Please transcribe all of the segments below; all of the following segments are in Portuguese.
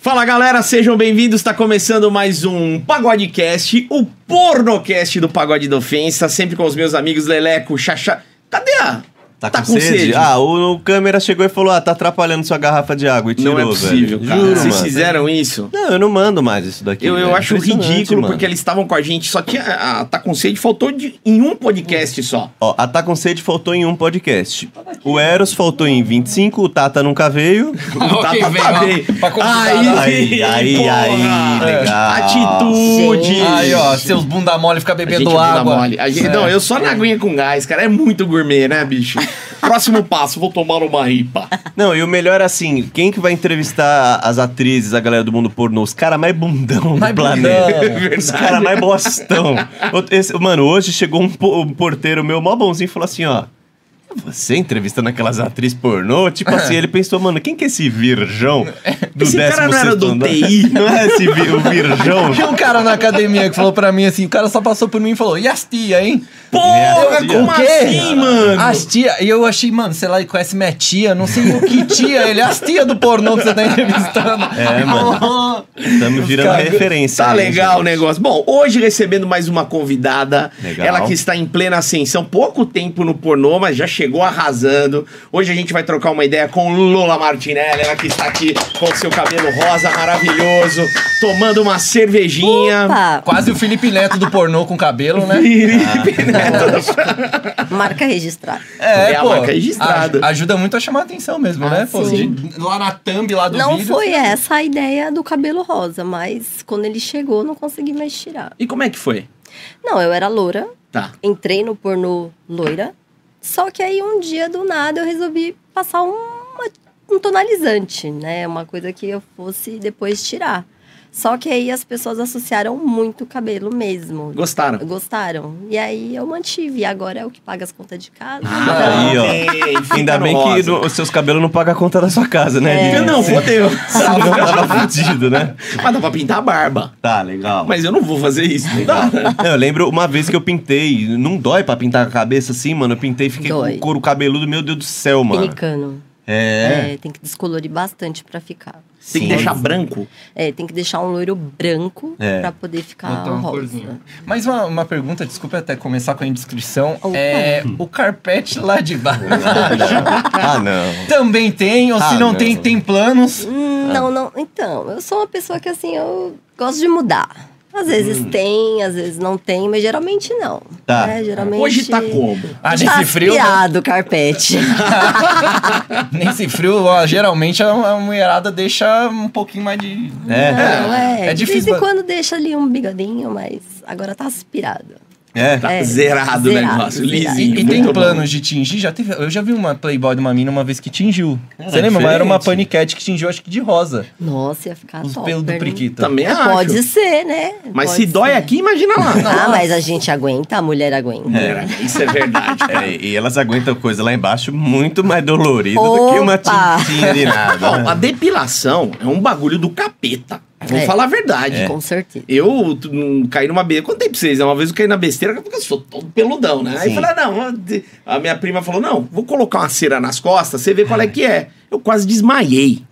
Fala galera, sejam bem-vindos. Tá começando mais um Pagodecast, o pornocast do Pagode da Ofensa, sempre com os meus amigos Leleco, Xaxá. Cadê a? Tá, com, sede? Ah, o, o câmera chegou e falou: Ah, tá atrapalhando sua garrafa de água e tirou, não é possível, velho. cara. Juro, Vocês mano. fizeram isso? Não, eu não mando mais isso daqui. Eu, eu velho. acho Impressionante, ridículo, mano. porque eles estavam com a gente, só tinha. A, a Tá com sede faltou de- em um podcast só. Ó, a Tá com Sede faltou em um podcast. O Eros faltou em 25, o Tata nunca veio. Tá, Ok, tá, vem, tá ó, bem. pra completar, Aí, né? Aí, aí, porra. aí, legal. Atitude. Aí, ó, seus bunda mole fica A gente bebendo é bunda água. mole. A gente- Não, eu só na aguinha com gás, cara. É muito gourmet, né, bicho? Próximo passo, vou tomar uma ripa. Não, e o melhor é assim: quem que vai entrevistar as atrizes, a galera do mundo pornô? Os caras mais bundão Mais do planeta. É bundão. Os caras é mais bostão. Outro- esse- mano, hoje chegou um, po- um porteiro meu, mó bonzinho, e falou assim: ó. Você entrevistando aquelas atrizes pornô? Tipo assim, ele pensou, mano, quem que é esse virgão do Esse cara não era 16º do andar? TI? Não é esse vi- o virgão? Tinha um cara na academia que falou pra mim assim, o cara só passou por mim e falou, e as tia, hein? Porra, Minha como tia. assim, mano? As tia, e eu achei, mano, sei lá, ele conhece minha tia, não sei o que tia, ele é as tia do pornô que você tá entrevistando. É, mano. Estamos virando caras- referência. Tá aí, legal o gente. negócio. Bom, hoje recebendo mais uma convidada. Legal. Ela que está em plena ascensão, pouco tempo no pornô, mas já chegou arrasando. Hoje a gente vai trocar uma ideia com Lola Martinelli, ela que está aqui com seu cabelo rosa maravilhoso, tomando uma cervejinha. Opa! Quase o Felipe Neto do pornô com cabelo, né? Felipe Neto. Marca registrada. É, É a pô. marca registrada. aj- ajuda muito a chamar a atenção mesmo, né? Pô, sim. De- lá na thumb lá do Não vídeo. foi essa a ideia do cabelo rosa, mas quando ele chegou, não consegui mais tirar. E como é que foi? Não, eu era loura, Tá. entrei no pornô loira, só que aí um dia do nada eu resolvi passar uma- um tonalizante, né? Uma coisa que eu fosse depois tirar. Só que aí as pessoas associaram muito o cabelo mesmo. Gostaram? Gostaram. E aí eu mantive. E agora é o que paga as contas de casa. Ah, aí, ó. Ei, fica Ainda no bem rosa. que no- os seus cabelos não pagam a conta da sua casa, né? Fica Lívia? É. Não, fodeu. Senão tava fudido, né? Mas dá pra pintar a barba. Tá, legal. Mas eu não vou fazer isso, não dá. Não, eu lembro uma vez que eu pintei, não dói pra pintar a cabeça assim, mano. Eu pintei e fiquei com Dói. o couro cabeludo, meu Deus do céu, mano. Pelicano. É. É, tem que descolorir bastante pra ficar. Tem que Sim. deixar branco. É, tem que deixar um loiro branco É. pra poder ficar Botar uma Ah, rosa. corzinha. Mas uma, uma pergunta, desculpa até começar com a indiscrição. Opa. É, o carpete lá de baixo Ah, não. também tem, ou se Ah, não, não. tem, tem planos. Hum, Ah. Não, não. Então, eu sou uma pessoa que assim, eu gosto de mudar. Às vezes Hum. tem, às vezes não tem, mas geralmente não. Tá. né? Geralmente. Hoje tá como? Ah, Tá nesse frio, né? aspiado o carpete. nesse frio, ó, geralmente a, a mulherada deixa um pouquinho mais de. É, Não, é. É De vez difícil. em quando deixa ali um bigodinho, mas agora tá aspirado. é. Tá É, zerado o zerado, negócio, zerado. E, lisinho. e tem muito bom. planos de tingir? Já teve, eu já vi uma Playboy de uma mina uma vez que tingiu. Você lembra? Mas era uma diferente. paniquete que tingiu, acho que de rosa. Nossa, ia ficar Os top. pelos do né? priquito. Então. Também acho. Pode ser, né? Mas Pode se dói ser. aqui, imagina lá. Ah, mas a gente aguenta, a mulher aguenta. Pera, Isso é verdade. É, E elas aguentam coisa lá embaixo muito mais dolorida do Opa! que uma tintinha de nada. Bom, a né? depilação é um bagulho do capeta. Vamos É. falar a verdade. Com certeza. Eu tu, não, caí numa besteira. Contei pra vocês, né? uma vez eu caí na besteira porque eu sou todo peludão, né? Aí Sim. falei, ah, não, ah, de- a minha prima falou: não, vou colocar uma cera nas costas, você vê qual é que é. Eu quase desmaiei.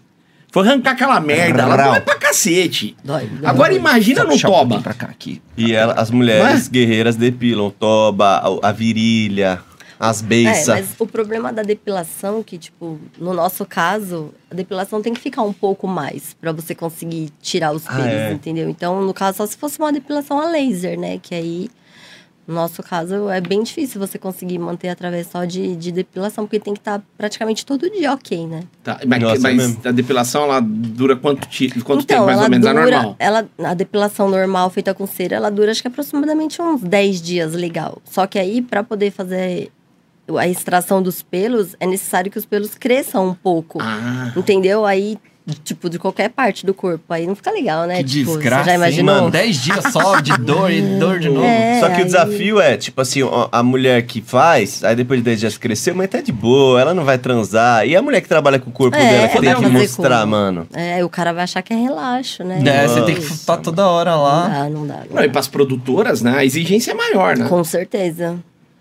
Foi arrancar aquela merda, ela Rau. dói pra cacete. Dói, dói. É, Agora imagina no Puxar um pouquinho toba. Pra cá, aqui. E ela- as mulheres guerreiras depilam toba, a, a virilha, as É, beiças. mas o problema da depilação, que, tipo, no nosso caso, a depilação tem que ficar um pouco mais pra você conseguir tirar os Ah, pelos, é. entendeu? Então, no caso, só se fosse uma depilação a laser, né? Que aí, no nosso caso, é bem difícil você conseguir manter através só de, de depilação, porque tem que estar praticamente todo dia ok, né? Tá, mas Nossa, mas mesmo. a depilação ela dura quanto, ti- quanto tempo, então, mais ela ou menos? dura, É normal. Ela, a depilação normal feita com cera, ela dura acho que aproximadamente uns 10 dias, legal. Só que aí, pra poder fazer a extração dos pelos, é necessário que os pelos cresçam um pouco. Ah. Entendeu? Aí, tipo, de qualquer parte do corpo. Aí não fica legal, né? Que tipo, desgraça, você já hein, imaginou? mano? 10 dias só de dor e dor de novo. É, Só que aí- o desafio é, tipo assim, ó, a mulher que faz, aí depois de 10 dias cresceu, mas tá de boa, ela não vai transar. E a mulher que trabalha com o corpo É, dela, que vai tem que fazer mostrar, como? mano. É, o cara vai achar que é relaxo, né? É, você Não, tem que estar toda hora Não lá. dá, não dá. não Não, e dá. para as produtoras, né? A exigência é maior, né? Com certeza.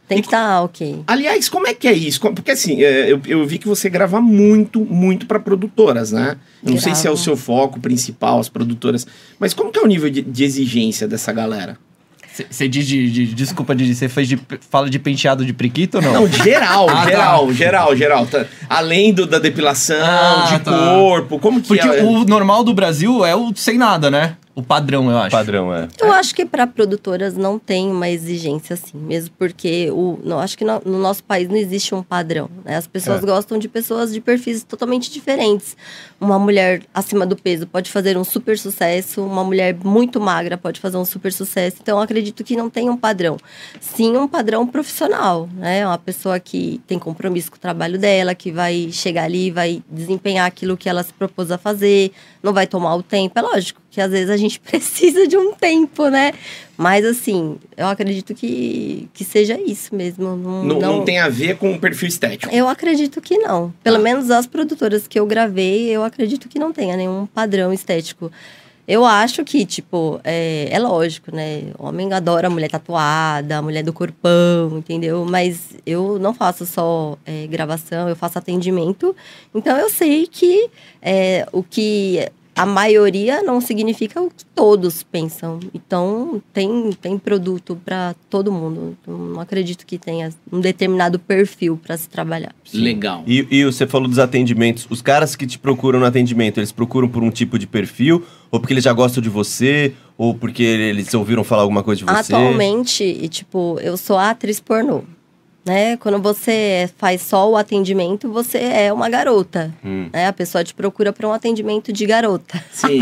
Tem que estar ok. Aliás, como é que é isso? Como- Porque assim, é, eu, eu vi que você grava muito, muito para produtoras, né? Não sei se é o Gravo. seu foco principal, as produtoras. Mas como que é o nível de, de exigência dessa galera? Você diz de, de- Desculpa, Didi, você fez de. Fala de penteado de priquito ou não? Não, geral, Ah, tá. geral, geral, geral. Tá. Além do, da depilação, Ah, de tá. corpo, como que Porque é? o normal do Brasil é o sem nada, né? O padrão, eu acho. Padrão, é. Eu acho que para produtoras não tem uma exigência assim, mesmo porque o, não, acho que no, no nosso país não existe um padrão. né? As pessoas gostam de pessoas de perfis totalmente diferentes. Uma mulher acima do peso pode fazer um super sucesso, uma mulher muito magra pode fazer um super sucesso. Então eu acredito que não tem um padrão. Sim, um padrão profissional, né? Uma pessoa que tem compromisso com o trabalho dela, que vai chegar ali, vai desempenhar aquilo que ela se propôs a fazer, não vai tomar o tempo. É lógico que às vezes a gente precisa de um tempo, né? Mas assim, eu acredito que, que seja isso mesmo. Não, Não, não- não tem a ver com o perfil estético. Eu acredito que não. Pelo menos as produtoras que eu gravei, eu acredito que não tenha nenhum padrão estético. Eu acho que, tipo, é, é lógico, né? Homem adora mulher tatuada, mulher do corpão, entendeu? Mas eu não faço só é, gravação, eu faço atendimento. Então eu sei que é, o que a maioria não significa é o que todos pensam. Então tem, tem produto para todo mundo. Eu Não acredito que tenha um determinado perfil para se trabalhar. Legal. E, e você falou dos atendimentos. Os caras que te procuram no atendimento, eles procuram por um tipo de perfil? Ou porque eles já gostam de você? Ou porque eles ouviram falar alguma coisa de você? Atualmente, e, tipo, eu sou a atriz pornô. Né? Quando você faz só o atendimento, você é uma garota. Hum. Né? A pessoa te procura para um atendimento de garota. Sim.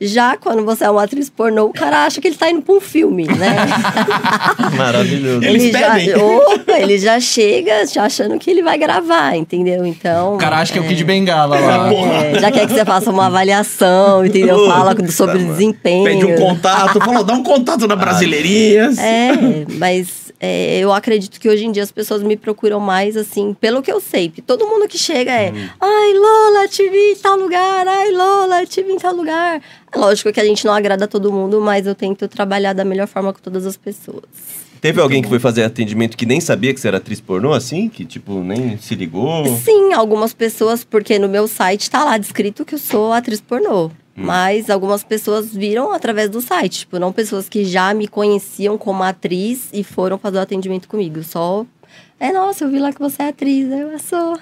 Já quando você é uma atriz pornô, o cara acha que ele tá indo pra um filme, né? Maravilhoso. Eles ele já, pedem. opa, ele já chega já achando que ele vai gravar, entendeu? Então. O cara acha que é o Kid Bengala lá. é, já quer que você faça uma avaliação, entendeu? Fala com- sobre o desempenho. Pede um contato, fala, dá um contato Ah, na Brasileirinhas. É, mas é, eu acredito que hoje em dia as pessoas me procuram mais, assim, pelo que eu sei. Porque todo mundo que chega é, Hum. ai, Lola, te vi em tal lugar, ai, Lola, te vi em tal lugar. É Lógico que a gente não agrada todo mundo, mas eu tento trabalhar da melhor forma com todas as pessoas. Teve alguém que foi fazer atendimento que nem sabia que você era atriz pornô, assim? Que, tipo, nem se ligou? Sim, algumas pessoas, porque no meu site tá lá descrito que eu sou atriz pornô. Mas algumas pessoas viram através do site, tipo, não pessoas que já me conheciam como atriz e foram fazer o atendimento comigo. Só, é, nossa, eu vi lá que você é atriz, aí eu sou.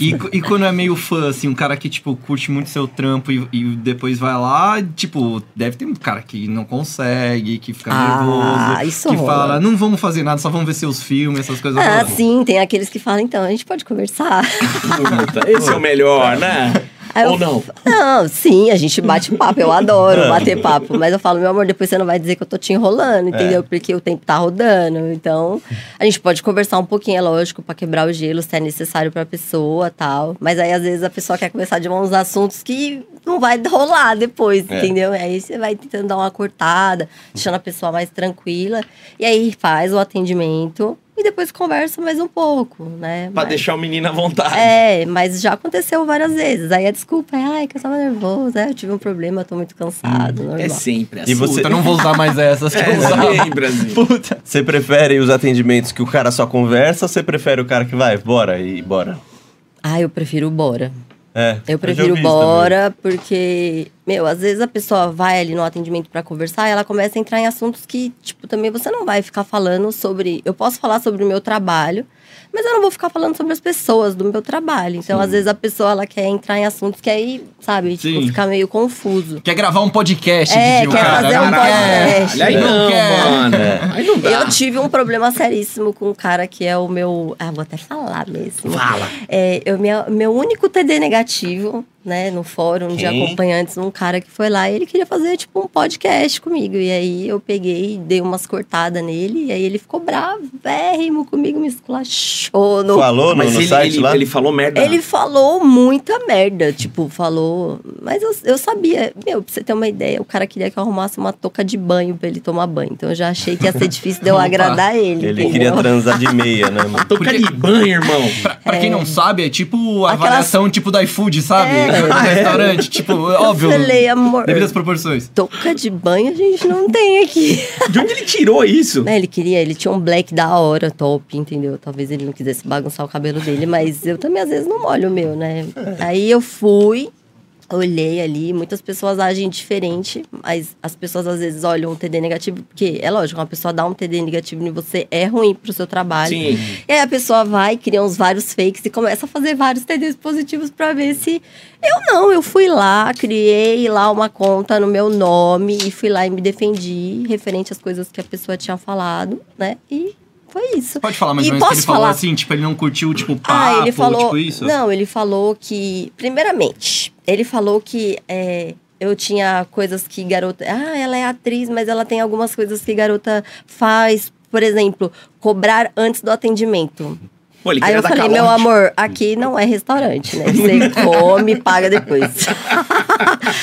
E, e quando é meio fã, assim, um cara que, tipo, curte muito seu trampo e, e depois vai lá, tipo, deve ter um cara que não consegue, que fica Ah, nervoso. isso que rola. fala, não vamos fazer nada, só vamos ver seus filmes, essas coisas. Ah, todas." sim, tem aqueles que falam, então, a gente pode conversar. Puta, Esse é o melhor, né? Aí eu- Ou não? Não, sim, a gente bate papo, eu adoro bater papo. Mas eu falo, meu amor, depois você não vai dizer que eu tô te enrolando, entendeu? Porque o tempo tá rodando. Então, a gente pode conversar um pouquinho, é lógico, pra quebrar o gelo, se é necessário pra pessoa tal. Mas aí, às vezes, a pessoa quer começar de uns assuntos que não vai rolar depois, É. entendeu? Aí você vai tentando dar uma cortada, deixando a pessoa mais tranquila. E aí faz o atendimento e depois conversa mais um pouco, né? Pra Mas- deixar o menino à vontade. é, mas já aconteceu várias vezes. Aí a desculpa é, ai, que eu tava nervosa, é, eu tive um problema, eu tô muito cansado, normal. É sempre assim. E você- Puta, não vou usar mais essas que eu usava. É sempre assim. Puta. Você prefere os atendimentos que o cara só conversa ou você prefere o cara que vai, bora e bora? Ah, eu prefiro o bora. É. já Eu prefiro ouvi isso bora, porque, meu, às vezes a pessoa vai ali no atendimento pra conversar e ela começa a entrar em assuntos que, tipo, também você não vai ficar falando sobre. Eu posso falar sobre o meu trabalho, mas eu não vou ficar falando sobre as pessoas do meu trabalho. Então, às vezes a pessoa ela quer entrar em assuntos que aí, sabe, tipo, Sim. fica meio confuso. Quer gravar um podcast, É, Didi, o quer cara. é. fazer um Caraca. podcast. Aí Não não, quer. mano. Aí não dá. Eu tive um problema seríssimo com um cara que é o meu. Ah, vou até falar mesmo. Fala. É, eu, minha- meu único TD negativo, né, no fórum de Quem? acompanhantes, um cara que foi lá e ele queria fazer, tipo, um podcast comigo. E aí eu peguei, dei umas cortadas nele, e aí ele ficou bravérrimo comigo, me esculachou no Tá Falou no, Mas no ele, site ele, lá? ele falou merda. ele falou muita merda, tipo, falou. Mas eu, eu sabia, meu, pra você ter uma ideia, o cara queria que eu arrumasse uma touca de banho pra ele tomar banho. Então eu já achei que ia ser difícil de eu Opa. agradar ele. Ele entendeu? queria transar de meia, né? mano? Toca de banho, irmão. Pra, pra quem não sabe, é tipo a Aquelas- avaliação tipo do iFood, sabe? É, foi no Ah, é? restaurante. Tipo, óbvio. Falei, amor. Devido às proporções. Touca de banho a gente não tem aqui. De onde ele tirou isso? Né, ele queria, ele tinha um black da hora, top, entendeu? Talvez ele não quisesse bagunçar o cabelo dele, mas eu também às vezes não molho o meu, né? É. Aí eu fui, olhei ali, muitas pessoas agem diferente, mas as pessoas às vezes olham um TD negativo, porque é lógico, uma pessoa dá um TD negativo em você é ruim pro seu trabalho. Sim. E aí É, a pessoa vai, cria uns vários fakes e começa a fazer vários TDs positivos pra ver se. Eu não, eu fui lá, criei lá uma conta no meu nome e fui lá e me defendi referente às coisas que a pessoa tinha falado, né? E foi isso. Pode falar mais E ou menos que posso ele falou falar? assim, tipo, ele não curtiu, tipo, Ah, papo, ele falou. tipo isso? Não, ele falou que. Primeiramente, ele falou que é, eu tinha coisas que garota. Ah, ela é atriz, mas ela tem algumas coisas que garota faz. Por exemplo, cobrar antes do atendimento. Pô, ele Aí queria eu dar falei, calote. meu amor, aqui não é restaurante, né? Você come e paga depois.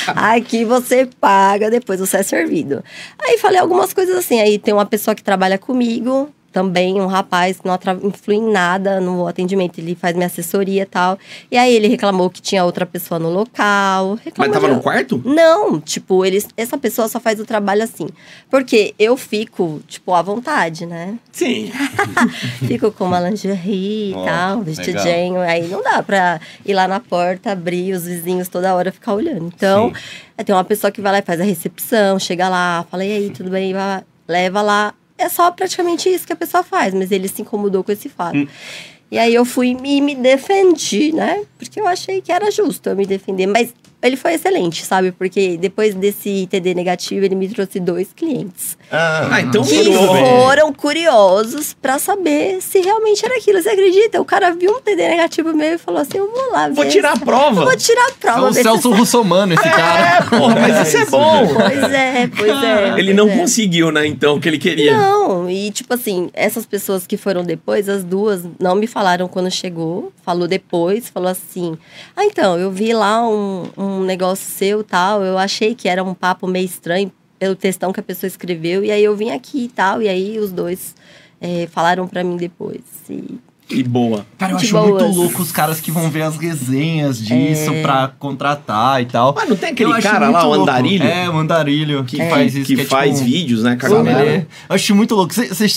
aqui você paga, depois você é servido. Aí falei algumas coisas assim. Aí tem uma pessoa que trabalha comigo, também um rapaz, que não atra- influi em nada no atendimento. Ele faz minha assessoria e tal. E aí ele reclamou que tinha outra pessoa no local. Mas reclamou tava de- um no quarto? não, tipo, eles, essa pessoa só faz o trabalho assim. Porque eu fico, tipo, à vontade, né? Sim. Fico com uma lingerie e Ó, tal, um vestidinho. Aí não dá pra ir lá na porta, abrir os vizinhos toda hora ficar olhando. Então, é, tem uma pessoa que vai lá e faz a recepção, chega lá, fala, e aí, tudo bem? Vai lá, Leva lá. É só praticamente isso que a pessoa faz, mas ele se incomodou com esse fato. E aí eu fui e me defendi, né? Porque eu achei que era justo eu me defender. Mas ele foi excelente, sabe? Porque depois desse TD negativo, ele me trouxe dois clientes Ah, então que um furou. foram curiosos pra saber se realmente era aquilo. Você acredita? O cara viu um TD negativo meu e falou assim: Eu vou lá ver. Vou tirar a Eu prova. vou tirar a É prova. o ver se- Celso Russomano, esse cara. É, porra, mas isso é bom. Pois é, pois é. Ele pois não é. conseguiu, né, então, o que ele queria. Não, e tipo assim, essas pessoas que foram depois, as duas não me falaram quando chegou, falou depois, falou assim: Ah, então, eu vi lá um, um negócio seu tal, eu achei que era um papo meio estranho pelo textão que a pessoa escreveu, e aí eu vim aqui e tal, e aí os dois eh, falaram pra mim depois. E E boa. Cara, eu De acho boas. É. muito louco os caras que vão ver as resenhas disso pra contratar e tal. Mas Ah, não tem aquele Eu acho cara lá, muito o louco. andarilho, É, o andarilho que faz isso. que, é faz tipo um- vídeos, né, com a Pô, galera. é. Eu acho muito louco.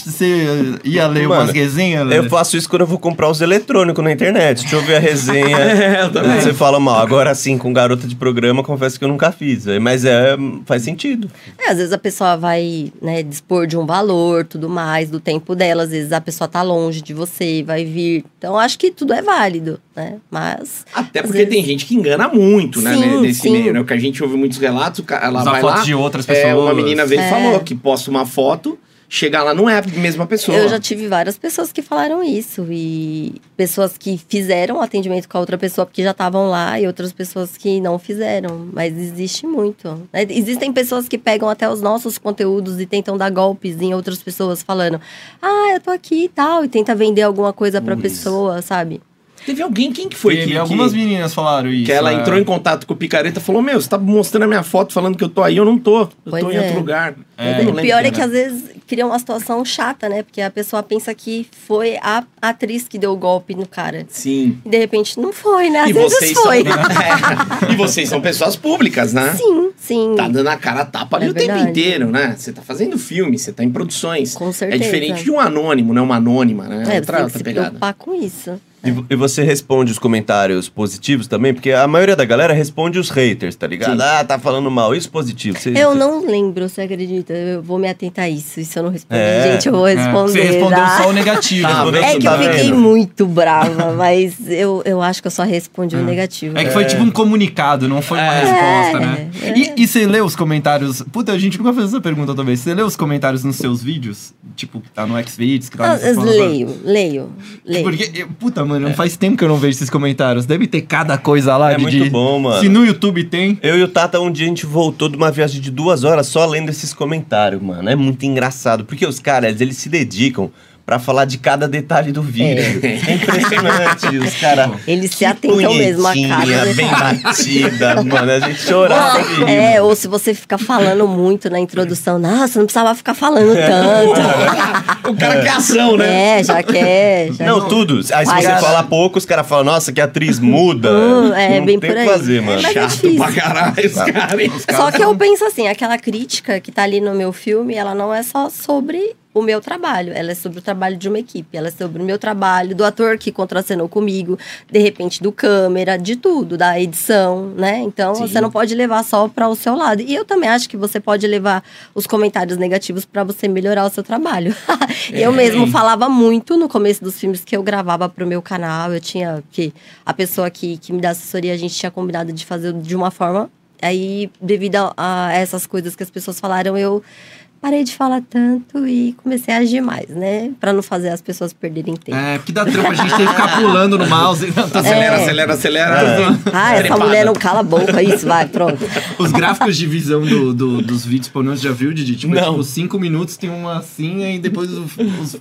Você ia ler Mano, umas resenhas? Eu Léo? faço isso quando eu vou comprar os eletrônicos na internet. Deixa eu ver a resenha. É, eu também. Você fala mal. Agora sim, com garota de programa, confesso que eu nunca fiz. velho. Mas é, faz sentido. É, às vezes a pessoa vai né, dispor de um valor, tudo mais, do tempo dela. Às vezes a pessoa tá longe de você, vai vir. Então, acho que tudo é válido, né? Mas. Até às porque vezes- tem gente que engana muito, né, Sim, né, nesse sim. meio, né? O que a gente ouve muitos relatos, o cara- ela Usar vai foto lá, de outras pessoas. é, uma menina veio e falou que posta uma foto, chegar lá não é a mesma pessoa. Eu já tive várias pessoas que falaram isso. E pessoas que fizeram o atendimento com a outra pessoa porque já estavam lá, e outras pessoas que não fizeram. Mas existe muito. né? Existem pessoas que pegam até os nossos conteúdos e tentam dar golpes em outras pessoas, falando: Ah, eu tô aqui e tal, e tenta vender alguma coisa pra Isso. pessoa, sabe? Teve alguém, quem que foi? Teve que, algumas que, meninas falaram isso. que ela é. entrou em contato com o picareta e falou, meu, você tá mostrando a minha foto, falando que eu tô aí, eu não tô. Eu Pois tô em é. outro lugar. É. Eu não E o lembro né? pior quem é que era. às vezes cria uma situação chata, né? Porque a pessoa pensa que foi a atriz que deu o golpe no cara. Sim. E de repente não foi, né? Às E vezes vocês, são... foi. É. e vocês são pessoas públicas, né? Sim, sim. Tá dando a cara a tapa ali Hum. É o tempo verdade. inteiro, né? Você tá fazendo filme, você tá em produções. Com É certeza. diferente de um anônimo, né? Uma anônima, né? É, outra, você tem que outra se pegada. preocupar com isso. E, vo- e você responde os comentários positivos também? Porque a maioria da galera responde os haters, tá ligado? Sim. Ah, tá falando mal. Isso positivo. Você- Eu não lembro, você acredita? Eu vou me atentar a isso. E se eu não responder, É. gente, eu vou É, responder. Você respondeu tá? só o negativo. Tá, respondeu É que Tá eu fiquei vendo? muito brava, mas eu, eu acho que eu só respondi o Hum. negativo. É que foi tipo um comunicado, não foi uma É. resposta, É, né? E, e você lê os comentários. Puta, a gente nunca fez essa pergunta talvez. Você lê os comentários nos seus vídeos? Tipo, que tá no Xvideos, que tá Ah, nessas plataformas? leio, leio, leio. É Porque, eu- puta, mano, faz tempo que eu não vejo esses comentários. Deve ter cada coisa lá É de. muito de- bom, mano. Se no YouTube tem. Eu e o Tata, um dia a gente voltou de uma viagem de duas horas só lendo esses comentários, mano. É muito engraçado, porque os caras, eles se dedicam pra falar de cada detalhe do vídeo. É, impressionante, os caras. Eles se atentam mesmo a cada bem detalhe. batida, mano. A gente chorava. Você- é, ou se você fica falando muito na introdução, nossa, não precisava ficar falando tanto. O cara quer ação, né? É, já quer. Já Não, tudo. Aí se Mas- você falar pouco, os caras falam, nossa, que atriz muda. Hum, é, Não bem tem por o aí. que fazer, mano. Mas é Chato difícil. pra caralho esse cara. hein? Só que eu penso assim, aquela crítica que tá ali no meu filme, ela não é só sobre o meu trabalho, ela é sobre o trabalho de uma equipe, ela é sobre o meu trabalho, do ator que contracenou comigo, de repente do câmera, de tudo, da edição, né? Então Sim. você não pode levar só para o seu lado. E eu também acho que você pode levar os comentários negativos para você melhorar o seu trabalho. eu mesmo falava muito no começo dos filmes que eu gravava pro meu canal, eu tinha que a pessoa que, que me dá assessoria, a gente tinha combinado de fazer de uma forma Aí, devido a, a essas coisas que as pessoas falaram, eu parei de falar tanto e comecei a agir mais, né? Pra não fazer as pessoas perderem tempo. É, porque dá trampa, a gente tem que ficar pulando no mouse. Não, É. tô Acelera, acelerando. acelera, acelera. É. Ah, essa Trepada. mulher não cala a boca, isso, vai, pronto. Os gráficos de visão do, do- dos vídeos pornôs, já viu, Didi? Tipo, Não. É, tipo, cinco minutos tem uma assim, aí depois os... os-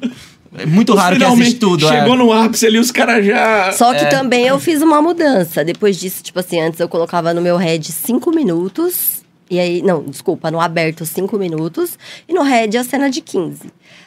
É muito raro que Finalmente, assiste tudo, Chegou é. no ápice ali, os caras já. Só que também eu fiz uma mudança. Depois disso, tipo assim, antes eu colocava no meu head cinco minutos. E aí, não, desculpa, no aberto cinco minutos. E no head a cena de 15.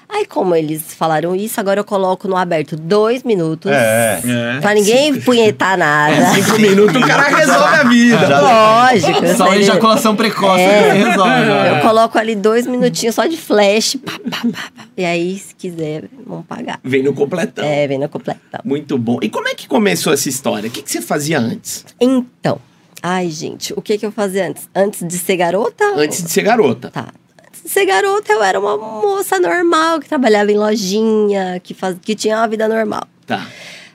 Aí, como eles falaram isso, agora eu coloco no aberto dois minutos. É, é. Pra ninguém punhetar nada. Cinco minutos, o cara resolve a vida. Lógico. eu Só a sei. ejaculação precoce É. que resolve. Eu né? coloco ali dois minutinhos só de flash. pá, pá, pá, pá. E aí, se quiser, vão pagar. Vem no completão. É, vem na completa. Muito bom. E como é que começou essa história? O que, que você fazia antes? Então, ai, gente, o que, que eu fazia antes? Antes de ser garota? Antes de ser garota. Tá. Antes de ser garota, eu era uma moça normal, que trabalhava em lojinha, que, faz... que tinha uma vida normal. Tá.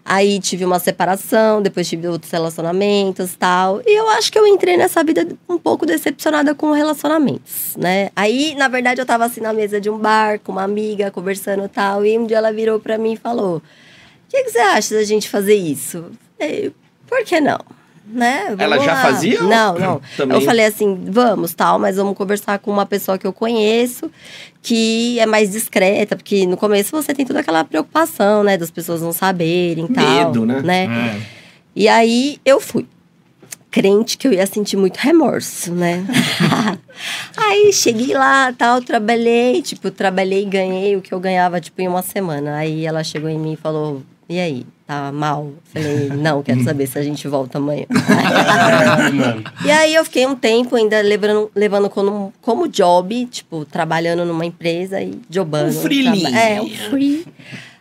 Aí tive uma separação, depois tive outros relacionamentos tal. E eu acho que eu entrei nessa vida um pouco decepcionada com relacionamentos, né? Aí, na verdade, eu tava assim na mesa de um bar com uma amiga, conversando tal. E um dia ela virou pra mim e falou: O que, que você acha da gente fazer isso? Eu falei, Por que não? Né? Vamos Ela já lá." fazia ou- Não, não. Também? Eu falei assim: vamos, tal, mas vamos conversar com uma pessoa que eu conheço que é mais discreta, porque no começo você tem toda aquela preocupação, né? Das pessoas não saberem e tal. Medo, né? E aí eu fui. Crente que eu ia sentir muito remorso, né? aí cheguei lá, tal, trabalhei, tipo, trabalhei e ganhei o que eu ganhava, tipo, em uma semana. Aí ela chegou em mim e falou: E aí, tá mal? Falei: Não, quero saber se a gente volta amanhã. E aí eu fiquei um tempo ainda levando, levando como, como job, tipo, trabalhando numa empresa e jobando. Um freelinha. É, um free.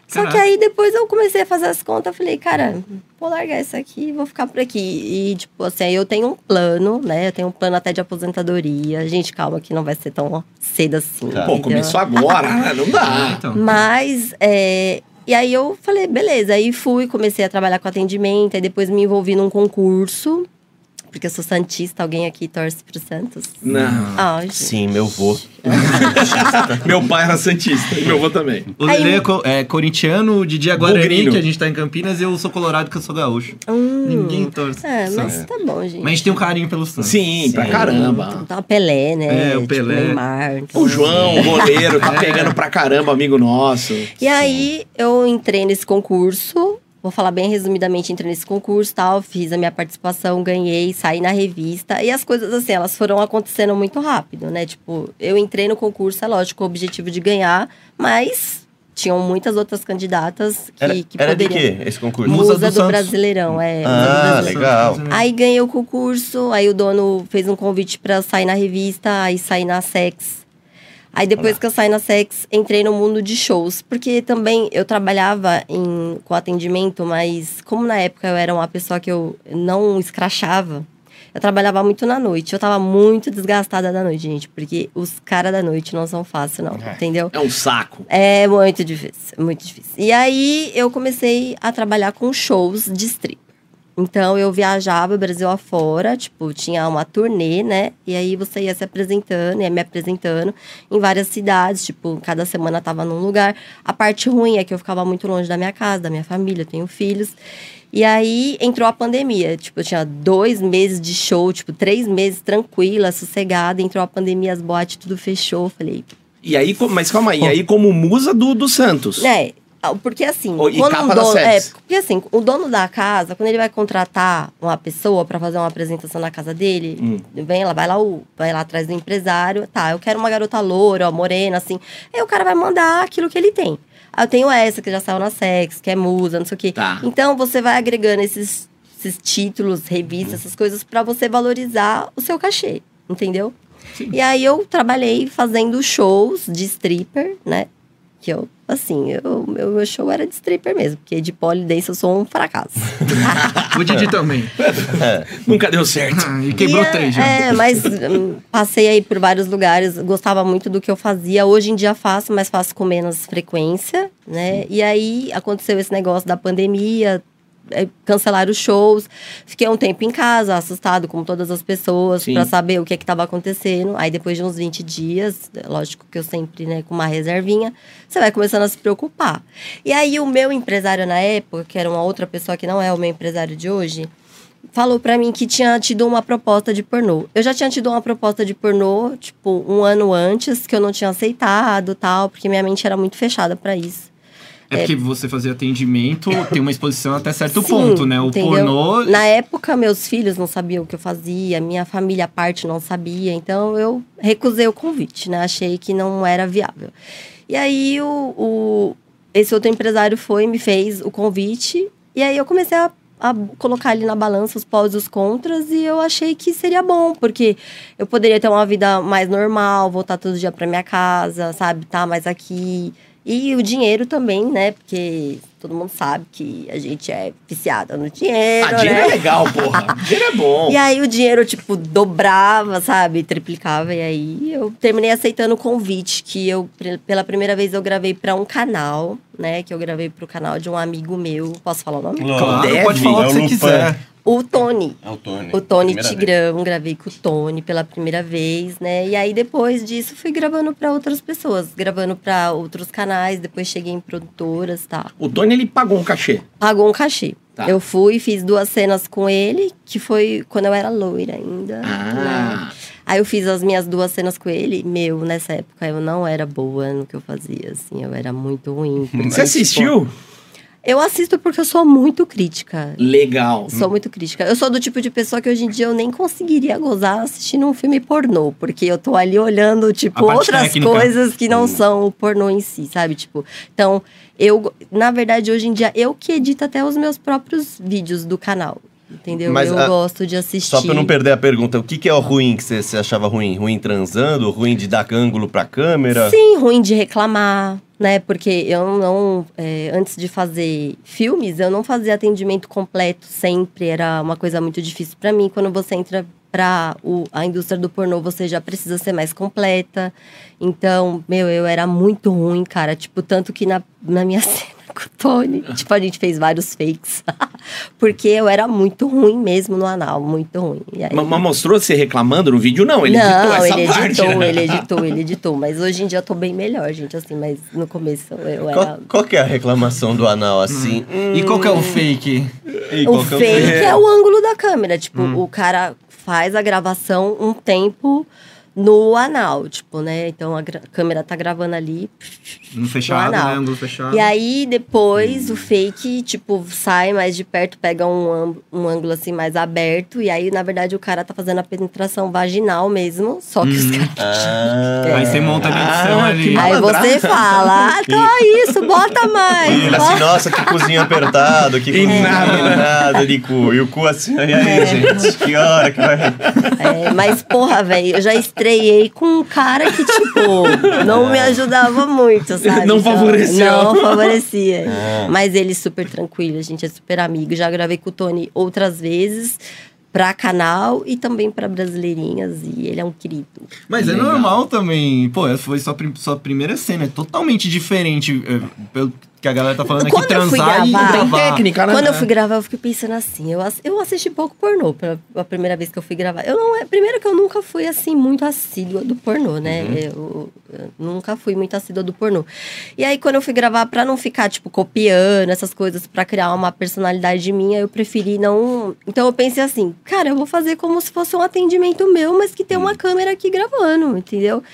Só que Caraca. aí depois eu comecei a fazer as contas, falei, cara, vou largar isso aqui e vou ficar por aqui. E, tipo, assim, aí eu tenho um plano, né? Eu tenho um plano até de aposentadoria. Gente, calma que não vai ser tão cedo assim. Tá. Pô, entendeu? começou agora, né? Não Ah, dá. então. Mas, é, e aí eu falei, beleza. Aí fui, comecei a trabalhar com atendimento, aí depois me envolvi num concurso. Porque eu sou santista, alguém aqui torce pro Santos? Não. Ah, gente. Sim, meu vô. Meu pai era santista, meu avô também. O Aí- Lele é, co- é corintiano, o Didi é Bugrino. Guarani, que a gente tá em Campinas, e eu sou colorado, que eu sou gaúcho. Hum. Ninguém torce. É, mas É. tá bom, gente. Mas a gente tem um carinho pelo Santos. Sim, pra Sim. caramba. Tá o Pelé, né? É, o Tipo, Pelé. Neymar. então, O João, o goleiro, tá É. pegando pra caramba, amigo nosso. E aí eu entrei nesse concurso. Vou falar bem resumidamente, entrei nesse concurso, tal, fiz a minha participação, ganhei, saí na revista. E as coisas assim, elas foram acontecendo muito rápido, né? Tipo, eu entrei no concurso, é lógico, com o objetivo de ganhar, mas tinham muitas outras candidatas que, Era, que Hum, era de poderiam. quê esse concurso? Musa Musa do do, Santos. Brasileirão, é. Musa do Ah, Brasileirão. legal. Aí ganhei o concurso, aí o dono fez um convite pra sair na revista, aí saí na Sex. Aí depois que eu saí na Sex, entrei no mundo de shows, porque também eu trabalhava em, com atendimento, mas como na época eu era uma pessoa que eu não escrachava, eu trabalhava muito na noite. Eu tava muito desgastada da noite, gente, porque os caras da noite não são fáceis, não, entendeu? É um saco. É muito difícil, muito difícil. E aí eu comecei a trabalhar com shows de stripper. Então eu viajava Brasil afora, tipo, tinha uma turnê, né? E aí você ia se apresentando, ia me apresentando em várias cidades, tipo, cada semana tava num lugar. A parte ruim é que eu ficava muito longe da minha casa, da minha família, eu tenho filhos. E aí entrou a pandemia. Tipo, eu tinha dois meses de show, tipo, três meses tranquila, sossegada. Entrou a pandemia, as boates, tudo fechou. Falei, E aí, co- mas calma aí, e aí como musa do, do Santos. É, porque assim, Ou- e quando capa um da dono, é, Sebs. porque assim, o dono da casa, quando ele vai contratar uma pessoa pra fazer uma apresentação na casa Hum. dele, vem lá, vai lá, o- vai lá atrás do empresário, tá, eu quero uma garota loura, ó, morena, assim. Aí o cara vai mandar aquilo que ele tem. Ah, eu tenho essa que já saiu na Sex, que é musa, não sei o quê. Tá. Então você vai agregando esses, esses títulos, revistas, Uhum. essas coisas pra você valorizar o seu cachê, entendeu? E aí eu trabalhei fazendo shows de stripper, né? Que eu, assim, eu, meu, meu show era de stripper mesmo, porque de pole dance eu sou um fracasso. O Didi também. Ah, Nunca deu certo. E quebrou E é- três já. É, mas hum, passei aí por vários lugares, gostava muito do que eu fazia. Hoje em dia faço, mas faço com menos frequência, né? E aí aconteceu esse negócio da pandemia, é, cancelaram os shows. Fiquei um tempo em casa, assustado como todas as pessoas, Sim. pra saber o que é que tava acontecendo. Aí depois de uns 20 dias, é lógico que eu sempre, né, com uma reservinha, você vai começando a se preocupar. E aí o meu empresário na época, que era uma outra pessoa que não é o meu empresário de hoje, falou pra mim que tinha tido uma proposta de pornô. Eu já tinha tido uma proposta de pornô, tipo, um ano antes, que eu não tinha aceitado, tal, porque minha mente era muito fechada pra isso. É porque você fazia atendimento, tem uma exposição até certo Sim, ponto, né? O entendeu? pornô. Na época, meus filhos não sabiam o que eu fazia, minha família à parte não sabia, então eu recusei o convite, né? Achei que não era viável. E aí, o, o- esse outro empresário foi, me fez o convite, e aí eu comecei a, a colocar ali na balança os pós e os contras, e eu achei que seria bom, porque eu poderia ter uma vida mais normal, voltar todo dia para minha casa, sabe? Tá mais aqui. E o dinheiro também, né? Porque todo mundo sabe que a gente é viciada no dinheiro, Ah, dinheiro é né? legal, porra. Dinheiro é bom. E aí o dinheiro, tipo, dobrava, sabe? Triplicava. E aí eu terminei aceitando o convite que eu, pre- pela primeira vez, eu gravei para um canal, né? Que eu gravei pro canal de um amigo meu. Posso falar o nome? Claro, Deve, pode falar o é que o você Lupan. quiser. O Tony. É o Tony. O Tony Primeira vez. Tigrão, gravei com o Tony pela primeira vez, né? E aí depois disso fui gravando pra outras pessoas, gravando pra outros canais, depois cheguei em produtoras, tá? O Tony, ele pagou um cachê. Pagou um cachê. Tá. Eu fui, fiz duas cenas com ele, que foi quando eu era loira ainda. né? Ah, Aí eu fiz as minhas duas cenas com ele. Meu, nessa época eu não era boa no que eu fazia, assim, eu era muito ruim. porque, você assistiu? tipo, Eu assisto porque eu sou muito crítica. Legal. Sou muito crítica. Eu sou do tipo de pessoa que hoje em dia eu nem conseguiria gozar assistindo um filme pornô, porque eu tô ali olhando, A tipo, parte outras técnica. coisas que não são o pornô em si, sabe? Tipo, então, eu, na verdade, hoje em dia, eu que edito até os meus próprios vídeos do canal. Entendeu? Mas eu a- gosto de assistir. Só pra eu não perder a pergunta, o que, que é o ruim que você você achava ruim? Ruim transando? Ruim de dar ângulo pra câmera? Sim, ruim de reclamar, né? Porque eu não. é, antes de fazer filmes, eu não fazia atendimento completo sempre. Era uma coisa muito difícil pra mim. Quando você entra pra o, a indústria do pornô, você já precisa ser mais completa. Então, meu, eu era muito ruim, cara. Tipo, tanto que na, na minha cena. com o Tony, tipo, a gente fez vários fakes. Porque eu era muito ruim mesmo no anal, muito ruim. E aí- Mas mas mostrou você reclamando no vídeo? Não, ele editou não, essa ele parte. editou, né? ele editou, ele editou. Mas hoje em dia eu tô bem melhor, gente, assim. Mas no começo eu Qual, era... qual que é a reclamação do anal assim? E qual que é o fake? E Hum. O qual que é fake é o ângulo da câmera. Tipo, Hum. o cara faz a gravação um tempo no anal, tipo, né? Então a gra- câmera tá gravando ali. No fechado, No anal. né? Ângulo Tá. fechado. é E aí, depois, o fake, tipo, sai mais de perto, pega um, ân- um ângulo, assim, mais aberto. E aí, na verdade, o cara tá fazendo a penetração vaginal mesmo. Só que Uhum. os caras... Ah, Aí você monta a edição né? Ah, ali. que- Aí você fala, ah, então é isso, bota mais. Ele assim, nossa, que cozinho apertado, que E cozinho nada. nada de cu. E o cu assim, e aí, gente, que hora que vai. É, mas, porra, velho, eu já estreiei com um cara que, tipo, não me ajudava muito, sabe? Então, Não favoreceu. Não favorecia. Mas ele é super tranquilo, a gente é super amigo. Já gravei com o Tony outras vezes. Pra canal e também pra brasileirinhas. E ele é um querido. Mas é normal também. Pô, essa foi sua, prim- sua primeira cena. É totalmente diferente. é, pelo que a galera tá falando aqui, Quando eu fui transar e gravar- gravar. Tem técnica, né? Quando eu fui gravar, eu fiquei pensando assim. Eu, ass- eu assisti pouco pornô pela a primeira vez que eu fui gravar. Eu não, é- primeiro que eu nunca fui, assim, muito assídua do pornô, né? Eu, eu nunca fui muito assídua do pornô. E aí, quando eu fui gravar, pra não ficar, tipo, copiando essas coisas, pra criar uma personalidade minha, eu preferi não... Então, eu pensei assim, cara, eu vou fazer como se fosse um atendimento meu, mas que tem uma câmera aqui gravando, entendeu?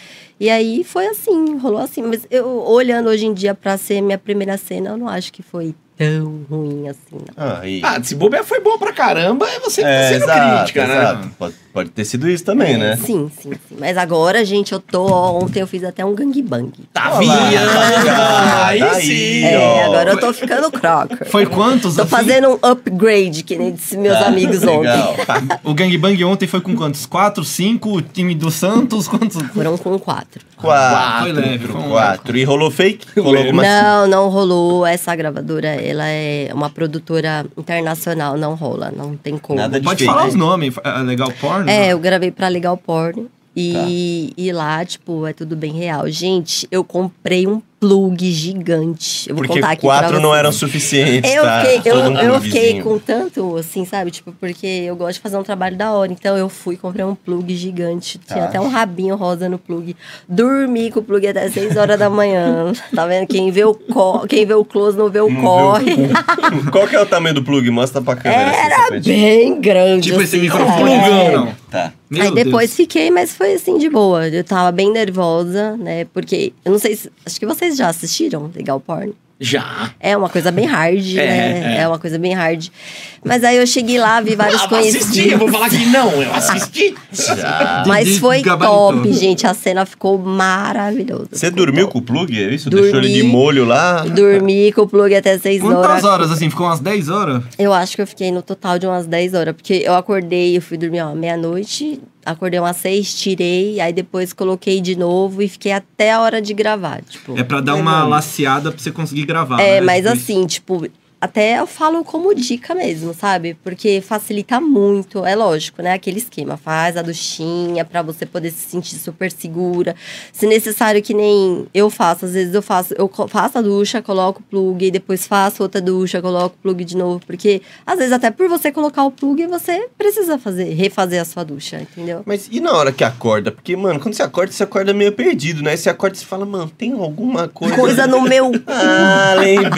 E aí foi assim, rolou assim. Mas eu, olhando hoje em dia pra ser minha primeira cena, eu não acho que foi tão ruim assim, não. Ah, e... Ah, se bobear foi bom pra caramba, é você É, tá sendo exato, crítica, né? exato. Pode, pode ter sido isso também, né? Sim, sim, sim. Mas agora, gente, eu tô. ó, Ontem eu fiz até um gangbang. Tá Olha lá. vindo! Aí Daí, sim! É, ó. agora eu tô ficando crocker. Foi quantos? Tô assim? fazendo um upgrade, que nem disse meus Ah, amigos ontem. legal. O gangbang ontem foi com quantos? Quatro, cinco? O time do Santos? Quantos? Foram com quatro. Foi Quatro, leve, foi um quatro. E rolou fake? Rolou alguma não, não rolou. Essa gravadora, ela é uma produtora internacional, não rola, não tem como. Nada de Pode fake. falar os nomes. É legal porno? É, eu gravei pra Legal Porn. E, Tá. e lá, tipo, é tudo bem real. Gente, eu comprei um plug gigante. Eu vou Porque contar aqui pra quatro não vocês. eram suficientes, Eu tá? fiquei, eu, Todo mundo eu fiquei vizinho. com tanto, assim, sabe? Tipo, porque eu gosto de fazer um trabalho da hora. Então eu fui, comprei um plug gigante. Tinha Tá. até um rabinho rosa no plug. Dormi com o plug até 6 horas da manhã. Tá vendo? Quem vê o, co quem vê o close não vê o corre. Qual que é o tamanho do plug? Mostra pra câmera. assim, Era pra gente. bem grande. Tipo esse assim, microfone. sabe? não, não. Tá. Meu Aí depois Deus. fiquei, mas foi assim de boa. Eu tava bem nervosa, né? Porque eu não sei se. Acho que vocês já assistiram Legal Porn. Já! É uma coisa bem hard, É, né? É. uma coisa bem hard. Mas aí eu cheguei lá, vi vários Ah, assisti, eu conhecidos. vou falar que não, eu assisti! Já. Mas foi Gabaritou. top, gente. A cena ficou maravilhosa. Você Ficou dormiu top. com o plug? É isso? Dormi. Deixou ele de molho lá? Dormi com o plug até 6 horas. Quantas horas assim? Ficou umas 10 horas? Eu acho que eu fiquei no total de umas 10 horas. Porque eu acordei, eu fui dormir, ó, meia-noite. Acordei umas 6, tirei. Aí depois coloquei de novo e fiquei até a hora de gravar. Tipo, É pra dar foi uma longo. laceada pra você conseguir Ah, gravar. né? É, mas Depois. assim, tipo, até eu falo como dica mesmo, sabe? Porque facilita muito, é lógico, né? Aquele esquema, faz a duchinha pra você poder se sentir super segura. Se necessário, que nem eu faço, às vezes eu faço, eu co- faço a ducha, coloco o plug, e depois faço outra ducha, coloco o plug de novo, porque às vezes até por você colocar o plug, você precisa fazer, refazer a sua ducha, entendeu? Mas e na hora que acorda? Porque, mano, quando você acorda, você acorda meio perdido, né? Você acorda e você fala, mano, tem alguma coisa. Coisa no meu Ah,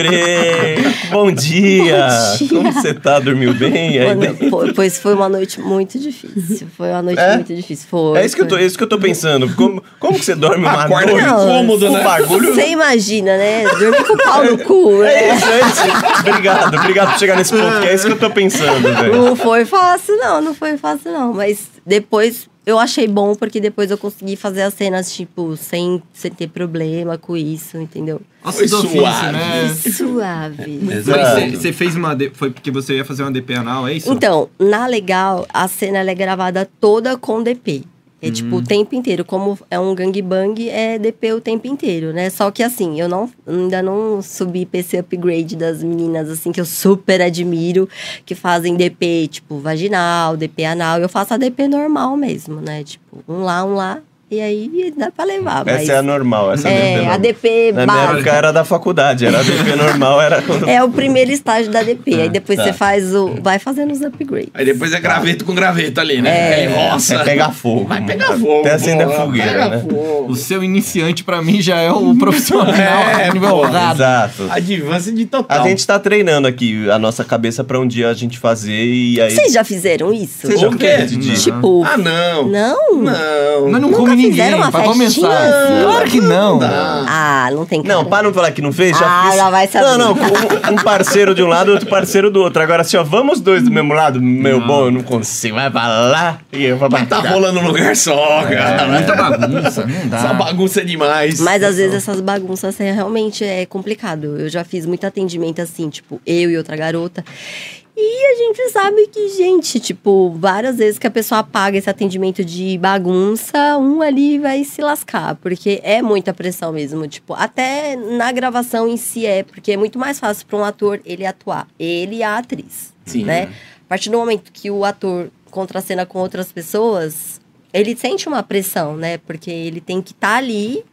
lembrei! Bom dia! Bom dia. Como você tá? Dormiu bem? Aí Mano, daí- po- pois foi uma noite muito difícil. Foi uma noite É? muito difícil. Foi. É isso que eu tô, é isso que eu tô pensando. Como, como que você dorme uma Acorda noite? Não, incômodo, né? O bagulho. Você imagina, né? Dormir com o pau no É cu, né? isso, é isso. Obrigado, obrigado por chegar nesse ponto, que é isso que eu tô pensando, velho. Não foi fácil, não. Não foi fácil, não. Mas depois eu achei bom, porque depois eu consegui fazer as cenas, tipo, sem, sem ter problema com isso, entendeu? Nossa, Foi do ofício, suave. né? Suave. Mas Exato. Você fez uma. D- Foi porque você ia fazer uma DP anal, é isso? Então, na Legal, a cena ela é gravada toda com DP. Uhum. É tipo o tempo inteiro, como é um gangbang, é DP o tempo inteiro, né? Só que assim, eu não ainda não subi pra esse upgrade das meninas assim que eu super admiro, que fazem DP tipo vaginal, DP anal, eu faço a DP normal mesmo, né? Tipo, um lá, um lá, e aí dá pra levar, mas Essa é a normal, essa é, é a DP Na minha básica. época era da faculdade, era a DP normal, era quando É o primeiro estágio da DP, aí depois tá. você faz o vai fazendo os upgrades. Aí depois é graveto com graveto ali, né? Ele roça. é pegar fogo. Vai pegar fogo. Até acender a pô, fogueira, pega né? fogo. O seu iniciante, pra mim, já é o profissional. É, nível pô. honrado. Exato. Advance de A total. gente tá treinando aqui a nossa cabeça pra um dia a gente fazer e aí. Vocês já fizeram isso? Você já O quê? fez de dia? Tipo, Ah, não. não? Não. Mas não Nunca come ninguém, fizeram uma pra festinha? começar. Claro que não. Ah, não tem cara. Não, para não falar que não fez, já Ah, fiz. lá vai saber. Não, não, com um parceiro de um lado, outro parceiro do outro. Agora, assim, ó, vamos dois do mesmo lado, meu bom, eu não consigo. Vai pra lá e eu vou pra Tá cá. rolando um lugar só, É cara. muita bagunça, não dá. Essa bagunça é demais. Mas às vezes essas bagunças assim, realmente é complicado. Eu já fiz muito atendimento assim, tipo, eu e outra garota. E a gente sabe que, gente, tipo, várias vezes que a pessoa apaga esse atendimento de bagunça, um ali vai se lascar, porque é muita pressão mesmo. Tipo, até na gravação em si é, porque é muito mais fácil para um ator ele atuar, ele e a atriz. Sim. é. né? A partir do momento que o ator contracena com outras pessoas, ele sente uma pressão, né? Porque ele tem que estar ali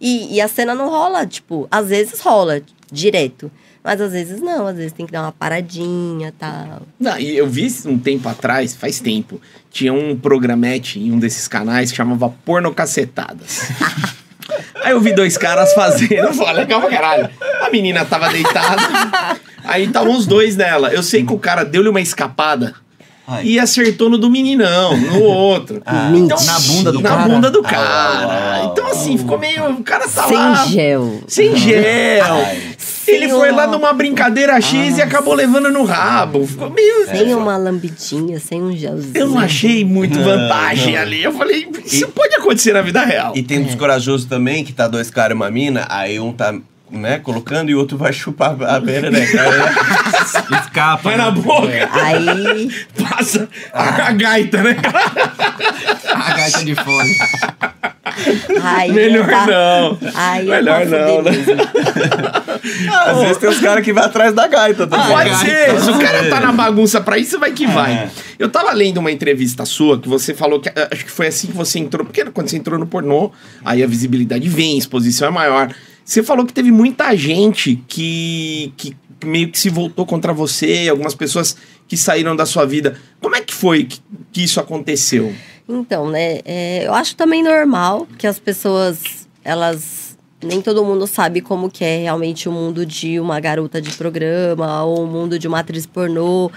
e, e a cena não rola, tipo, às vezes rola direto. Mas às vezes não, às vezes tem que dar uma paradinha tal. Não, e eu vi um tempo atrás, faz tempo, tinha um programete em um desses canais que chamava Porno Cacetadas. aí eu vi dois caras fazendo, eu falei, legal pra caralho. A menina tava deitada, aí estavam os dois nela. Eu sei que o cara deu-lhe uma escapada Ai. e acertou no do meninão, no outro. Ah, na bunda do na cara? bunda do Ah, cara. então, assim, ficou meio. O cara tá lá. Sem gel. Sem gel. Ai. Ele Sem foi uma- lá numa brincadeira Ah, X e acabou levando no rabo. Ficou meio. Sem uma lambidinha, sem um gelzinho. É. Eu não achei muito Não, vantagem não. ali. Eu falei, isso pode acontecer na vida real. E É. tem um dos corajosos também, que tá dois caras e uma mina, aí um tá, né, colocando e o outro vai chupar a né? perereca. Escapa. Vai né? na boca, É. Aí, passa Ah. a, a gaita, né? É. A gaita de fone. aí tá Melhor eu tava- não. Aí tá eu Melhor tava não, né? fudendo. Às vezes tem os caras que vai atrás da gaita também. é Pode gaita. ser, se o cara tá na bagunça pra isso, vai que É. vai. Eu tava lendo uma entrevista sua que você falou que eh, acho que foi assim que você entrou, porque quando você entrou no pornô, aí a visibilidade vem, a exposição é maior. Você falou que teve muita gente que, que meio que se voltou contra você, algumas pessoas que saíram da sua vida. Como é que foi que, que isso aconteceu? Então, né? é, eu acho também normal que as pessoas, elas. Nem todo mundo sabe como que é realmente o mundo de uma garota de programa ou o mundo de uma atriz pornô.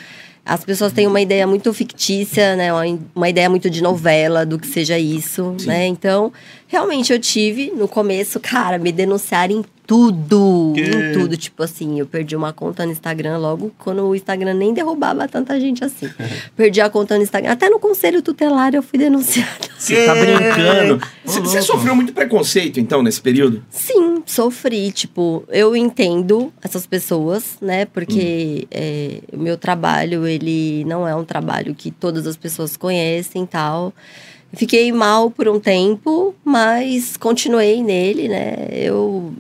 As pessoas têm uma ideia muito fictícia, né? uma- Uma ideia muito de novela, do que seja isso, né? Então, realmente eu tive, no começo, cara, me denunciaram em tudo. Em tudo. Tipo assim, eu perdi uma conta no Instagram logo quando o Instagram nem derrubava tanta gente assim. perdi a conta no Instagram. Até no conselho tutelar eu fui denunciada. Você tá brincando. Você É. Ô, você louco. sofreu muito preconceito, então, nesse período? Sim, sofri. Tipo, eu entendo essas pessoas, né? Porque é, o meu trabalho, ele não é um trabalho que todas as pessoas conhecem e tal. Fiquei mal por um tempo, mas continuei nele, né? Eu.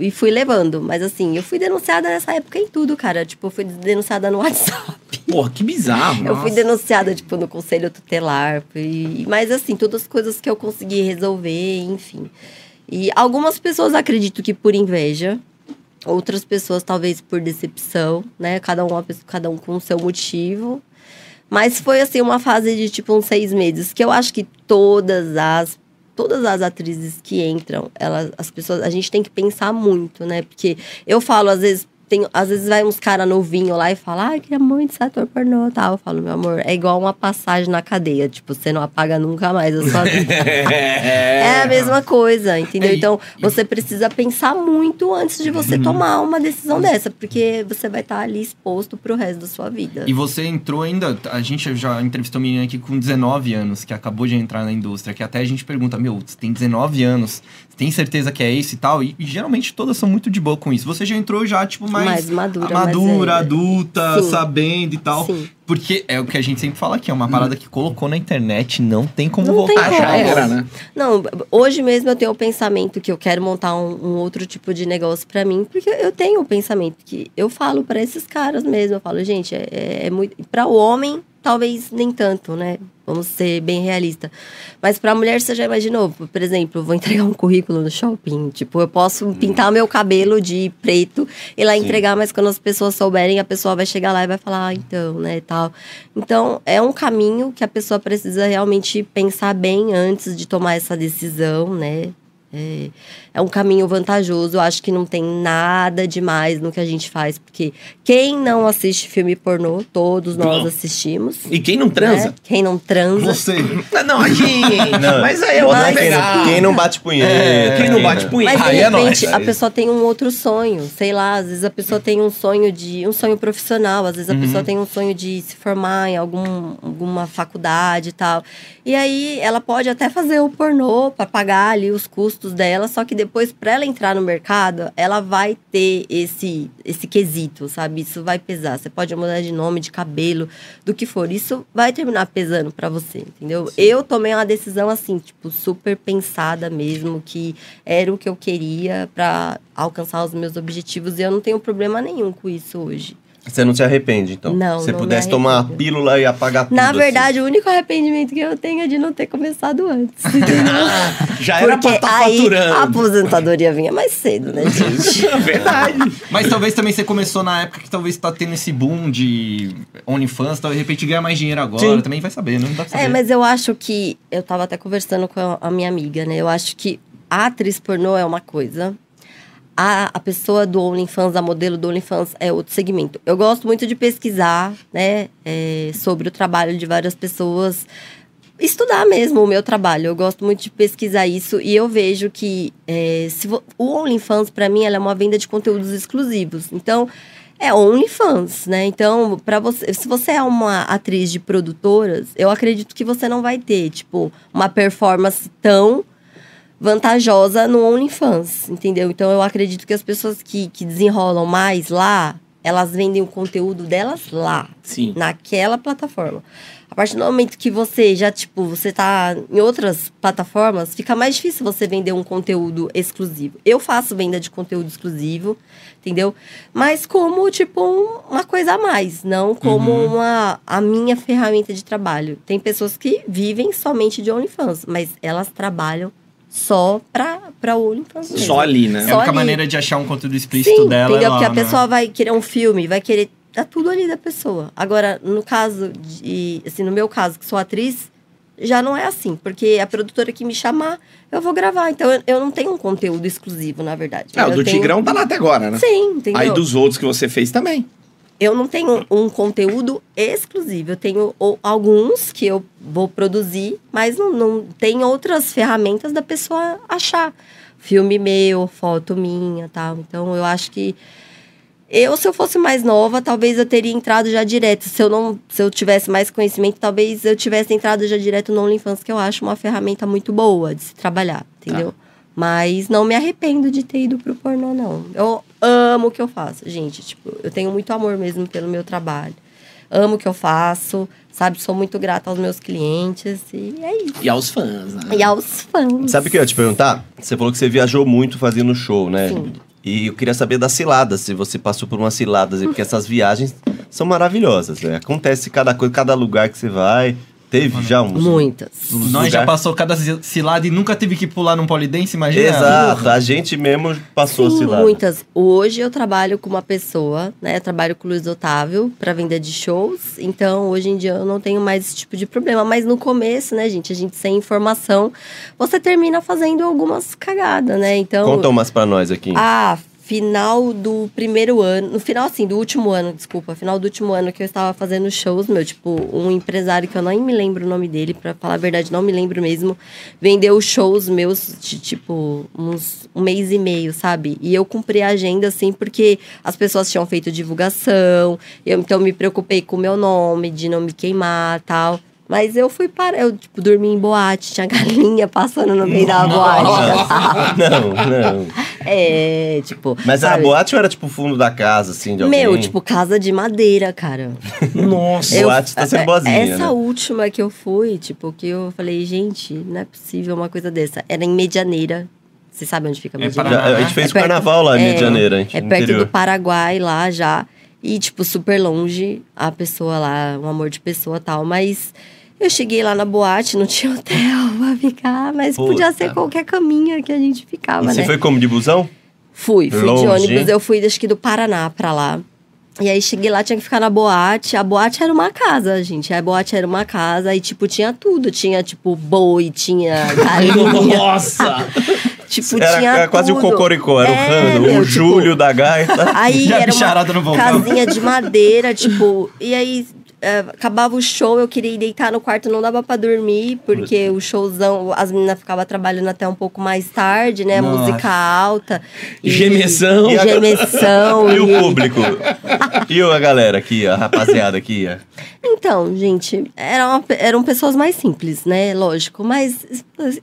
E fui levando. Mas assim, eu fui denunciada nessa época em tudo, cara. Tipo, eu fui denunciada no WhatsApp. Porra, que bizarro. Eu fui denunciada, tipo, no conselho tutelar. Fui... Mas, assim, todas as coisas que eu consegui resolver, enfim. E algumas pessoas acredito que por inveja. Outras pessoas, talvez, por decepção, né? Cada um, cada um com o seu motivo. Mas foi, assim, uma fase de, tipo, uns seis meses. Que eu acho que todas as... Todas as atrizes que entram, elas, as pessoas... A gente tem que pensar muito, né? Porque eu falo, às vezes, tem, às vezes vai uns cara novinho lá e fala, ah, eu queria muito ser ator pornô e tal. Eu falo, meu amor, é igual uma passagem na cadeia. Tipo, você não apaga nunca mais a sua vida. é a mesma coisa, É, e- entendeu? Uhum. Então, você precisa pensar muito antes de você tomar uma decisão dessa. Porque você vai estar ali exposto pro resto da sua vida. E você entrou ainda. A gente já entrevistou uma menina aqui com 19 anos, que acabou de entrar na indústria, que até a gente pergunta: Meu, você tem 19 anos, você tem certeza que é isso e tal? E, e geralmente todas são muito de boa com isso. Você já entrou já, tipo, mais. mais madura. mais madura, velha. adulta, é. Sim. sabendo e tal. Sim. Porque é o que a gente sempre fala aqui, é uma parada que colocou na internet, não tem como Não voltar. tem como, já é. era, né? Não, hoje mesmo eu tenho o pensamento que eu quero montar um, um outro tipo de negócio pra mim, porque eu tenho o pensamento que eu falo pra esses caras mesmo. Eu falo, gente, é, é- é muito. Para o homem, talvez nem tanto, né? Vamos ser bem realista. Mas pra mulher, você já imaginou? Por exemplo, eu vou entregar um currículo no shopping. Tipo, eu posso pintar o meu cabelo de preto e lá entregar, mas quando as pessoas souberem, a pessoa vai chegar lá e vai falar, ah, então, né, e tal. Então, é um caminho que a pessoa precisa realmente pensar bem antes de tomar essa decisão, né? É, é um caminho vantajoso. Eu acho que não tem nada demais no que a gente faz, porque quem não assiste filme pornô, todos nós Não. assistimos. E quem não transa? né? Quem não transa. Você. Ah, Não, a gente. Não. Mas aí é Mas- outra Quem não- Quem pegada. não bate punheta. É, quem não bate punheta. Mas de Aí é nóis, repente a aí- pessoa tem um outro sonho, sei lá, às vezes a pessoa tem um sonho de um sonho profissional, às vezes a Uhum. pessoa tem um sonho de se formar em algum, alguma faculdade e tal. E aí ela pode até fazer o pornô para pagar ali os custos dela, só que depois para ela entrar no mercado, ela vai ter esse esse quesito, sabe? Isso vai pesar. Você pode mudar de nome, de cabelo, do que for. Isso vai terminar pesando para você, entendeu? Eu tomei uma decisão assim, tipo, super pensada mesmo que era o que eu queria para alcançar os meus objetivos e eu não tenho problema nenhum com isso hoje. Você não se arrepende, então? Não, Se você não me pudesse tomar a arrependo. pílula e apagar tudo. Na assim. verdade, o único arrependimento que eu tenho é de não ter começado antes. Já era pra Porque estar aí a faturando. aposentadoria vinha mais cedo, né, gente? Verdade. Mas talvez também você começou na época que talvez tá tendo esse boom de OnlyFans, tal, de repente ganha mais dinheiro agora, Sim. também vai saber, né? Não dá pra saber. É, mas eu acho que. Eu tava até conversando com a minha amiga, né? Eu acho que a atriz pornô é uma coisa. a, a pessoa do OnlyFans, a modelo do OnlyFans é outro segmento. Eu gosto muito de pesquisar, né, é, sobre o trabalho de várias pessoas, estudar mesmo o meu trabalho. Eu gosto muito de pesquisar isso e eu vejo que é, se vo- o OnlyFans, para mim, ela é uma venda de conteúdos exclusivos. Então, é OnlyFans, né? Então, para você, se você é uma atriz de produtoras, eu acredito que você não vai ter, tipo, uma performance tão vantajosa no OnlyFans, entendeu? Então, eu acredito que as pessoas que, que desenrolam mais lá, elas vendem o conteúdo delas lá, Sim. naquela plataforma. A partir do momento que você já, tipo, você tá em outras plataformas, fica mais difícil você vender um conteúdo exclusivo. Eu faço venda de conteúdo exclusivo, entendeu? Mas como, tipo, um- uma coisa a mais, não como Uhum. uma, a minha ferramenta de trabalho. Tem pessoas que vivem somente de OnlyFans, mas elas trabalham só pra, pra OnlyFans mesmo. Só ali, né? É a Só única ali. maneira de achar um conteúdo explícito Sim, dela. é entendeu? lá, Porque a né? pessoa vai querer um filme, vai querer. Tá tudo ali da pessoa. Agora, no caso de. Assim, no meu caso, que sou atriz, já não é assim. Porque a produtora que me chamar, eu vou gravar. Então, eu, eu não tenho um conteúdo exclusivo, na verdade. É, o Eu do tenho- Tigrão tá lá até agora, né? Sim, entendeu? Aí dos outros que você fez também. Eu não tenho um conteúdo exclusivo. Eu tenho o- alguns que eu vou produzir, mas não, não tem outras ferramentas da pessoa achar. Filme meu, foto minha tal. Então eu acho que. Eu, se eu fosse mais nova, talvez eu teria entrado já direto. Se eu não, se eu tivesse mais conhecimento, talvez eu tivesse entrado já direto no OnlyFans, que eu acho uma ferramenta muito boa de se trabalhar, entendeu? Mas não me arrependo de ter ido pro pornô, não. Eu amo o que eu faço, gente. Tipo, eu tenho muito amor mesmo pelo meu trabalho. Amo o que eu faço, sabe? Sou muito grata aos meus clientes e é isso. E aos fãs, né? E aos fãs. Sabe o que eu ia te perguntar? Você falou que você viajou muito fazendo show, né? Sim. E eu queria saber das ciladas, se você passou por umas ciladas, aí, porque essas viagens são maravilhosas, né? Acontece cada coisa, cada lugar que você vai. Teve já um uns. Muitas. uns Nós já lugar- passou cada ci- cilada e nunca teve que pular num polidense, imagina. Exato, a gente mesmo passou Sim, cilada. muitas. Hoje eu trabalho com uma pessoa, né? Eu trabalho com o Luiz Otávio para venda de shows. Então, hoje em dia eu não tenho mais esse tipo de problema. Mas no começo, né, gente? A gente sem informação, você termina fazendo algumas cagadas, né? Então. Conta umas pra nós aqui. Ah, final do primeiro ano. No final, assim, do último ano, desculpa. Final do último ano que eu estava fazendo shows, meu. Tipo, um empresário que eu nem me lembro o nome dele, pra falar a verdade, não me lembro mesmo. Vendeu shows meus, de, tipo, uns, um mês e meio, sabe? E eu cumpri a agenda, assim, porque as pessoas tinham feito divulgação. Eu, então, me preocupei com o meu nome, de não me queimar tal. Mas eu fui para. Eu, tipo, dormi em boate, tinha galinha passando no meio da boate. Não, não. É, tipo. Mas era Ah. sabe? boate ou era tipo o fundo da casa, assim, de alguém? Meu, tipo, casa de madeira, cara. Nossa. Eu- Boate tá sendo é, boazinha, Essa né? última que eu fui, tipo, que eu falei, gente, não é possível uma coisa dessa. Era em Medianeira. Vocês sabem onde fica É Medianeira? Já- a gente É fez o perto- carnaval lá em Rio de é, Janeiro, a gente, É no perto interior. do Paraguai, lá já. E, tipo, super longe, a pessoa lá, um amor de pessoa tal. Mas eu cheguei lá na boate, não tinha hotel pra ficar, mas podia Puta. ser qualquer caminho que a gente ficava, E né? você foi como de busão? Fui, fui Longe, de ônibus. hein? Eu fui, acho que do Paraná pra lá. E aí cheguei lá, tinha que ficar na boate. A boate era uma casa, gente. A boate era uma casa e, tipo, tinha tudo. Tinha, tipo, boi, tinha galinha. Nossa! tipo, Era, tinha era quase um o tudo. Cocoricó, era o É, Rando, meu, o tipo, Júlio da Gaita. Aí Já era bicharada não uma voltava. casinha de madeira, tipo. E aí é, acabava o show, eu queria ir deitar no quarto, não dava pra dormir, porque o showzão, as meninas ficavam trabalhando até um pouco mais tarde, né? Nossa. Música alta. E, Gemessão. E gemessão. E o público? e a galera aqui, a rapaziada aqui? é. ó? Então, gente, eram, eram pessoas mais simples, né? Lógico. Mas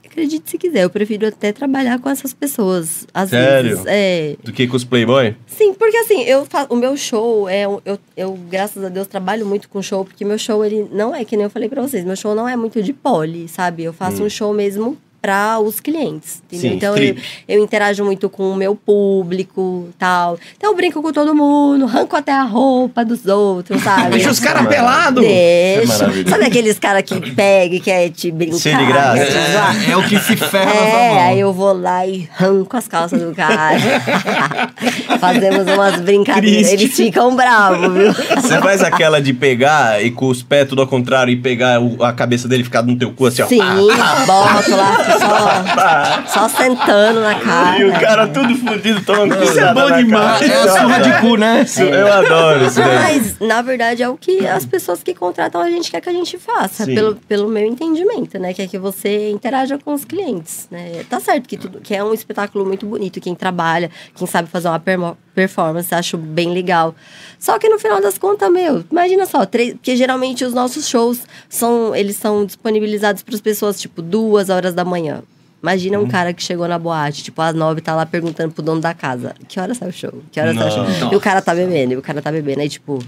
acredite se quiser, eu prefiro até trabalhar com essas pessoas. Às Sério? vezes. É. Do que com os Playboy? Sim, porque assim, eu fa- o meu show é. um- Eu, eu, graças a Deus, trabalho muito com show, porque meu show, ele não é, que nem eu falei pra vocês, meu show não é muito de pole, sabe? Eu faço um show mesmo pra os clientes. Entendeu? Sim, então eu, strip. eu interajo muito com o meu público tal. Então eu brinco com todo mundo, arranco até a roupa dos outros, sabe? Deixa os caras pelados! Isso é Deixa. maravilhoso. Sabe aqueles caras que pegam e quer te brincar? Cheio de graça. te zoar? É, é o que se ferra na É, sua mão. aí eu vou lá e arranco as calças do cara. Fazemos umas brincadeiras. Triste. Assim, Eles ficam bravos, viu? Você faz aquela de pegar e com os pés tudo ao contrário e pegar o- a cabeça dele e ficar no teu cu assim, ó. Sim, boto lá, Só, só sentando na cara. Ah, E o cara tudo fudido tomando Isso é cuidado bom na demais. cara. É a surra de cu, né? Isso, Eu adoro isso né? daí. Mas, na verdade, é o que as pessoas que contratam a gente quer que a gente faça, Sim. pelo, pelo meu entendimento, né? Que é que você interaja com os clientes, né? Tá certo que, tudo, que é um espetáculo muito bonito, quem trabalha, quem sabe fazer uma permo- performance, acho bem legal. Só que no final das contas, meu, imagina só, três, porque geralmente os nossos shows são, eles são disponibilizados para as pessoas, tipo, duas horas da manhã. Imagina Uhum. um cara que chegou na boate, tipo, às nove, tá lá perguntando pro dono da casa, que horas sai o show? Que horas sai o show? E o cara tá bebendo, e o cara tá bebendo. Aí, tipo,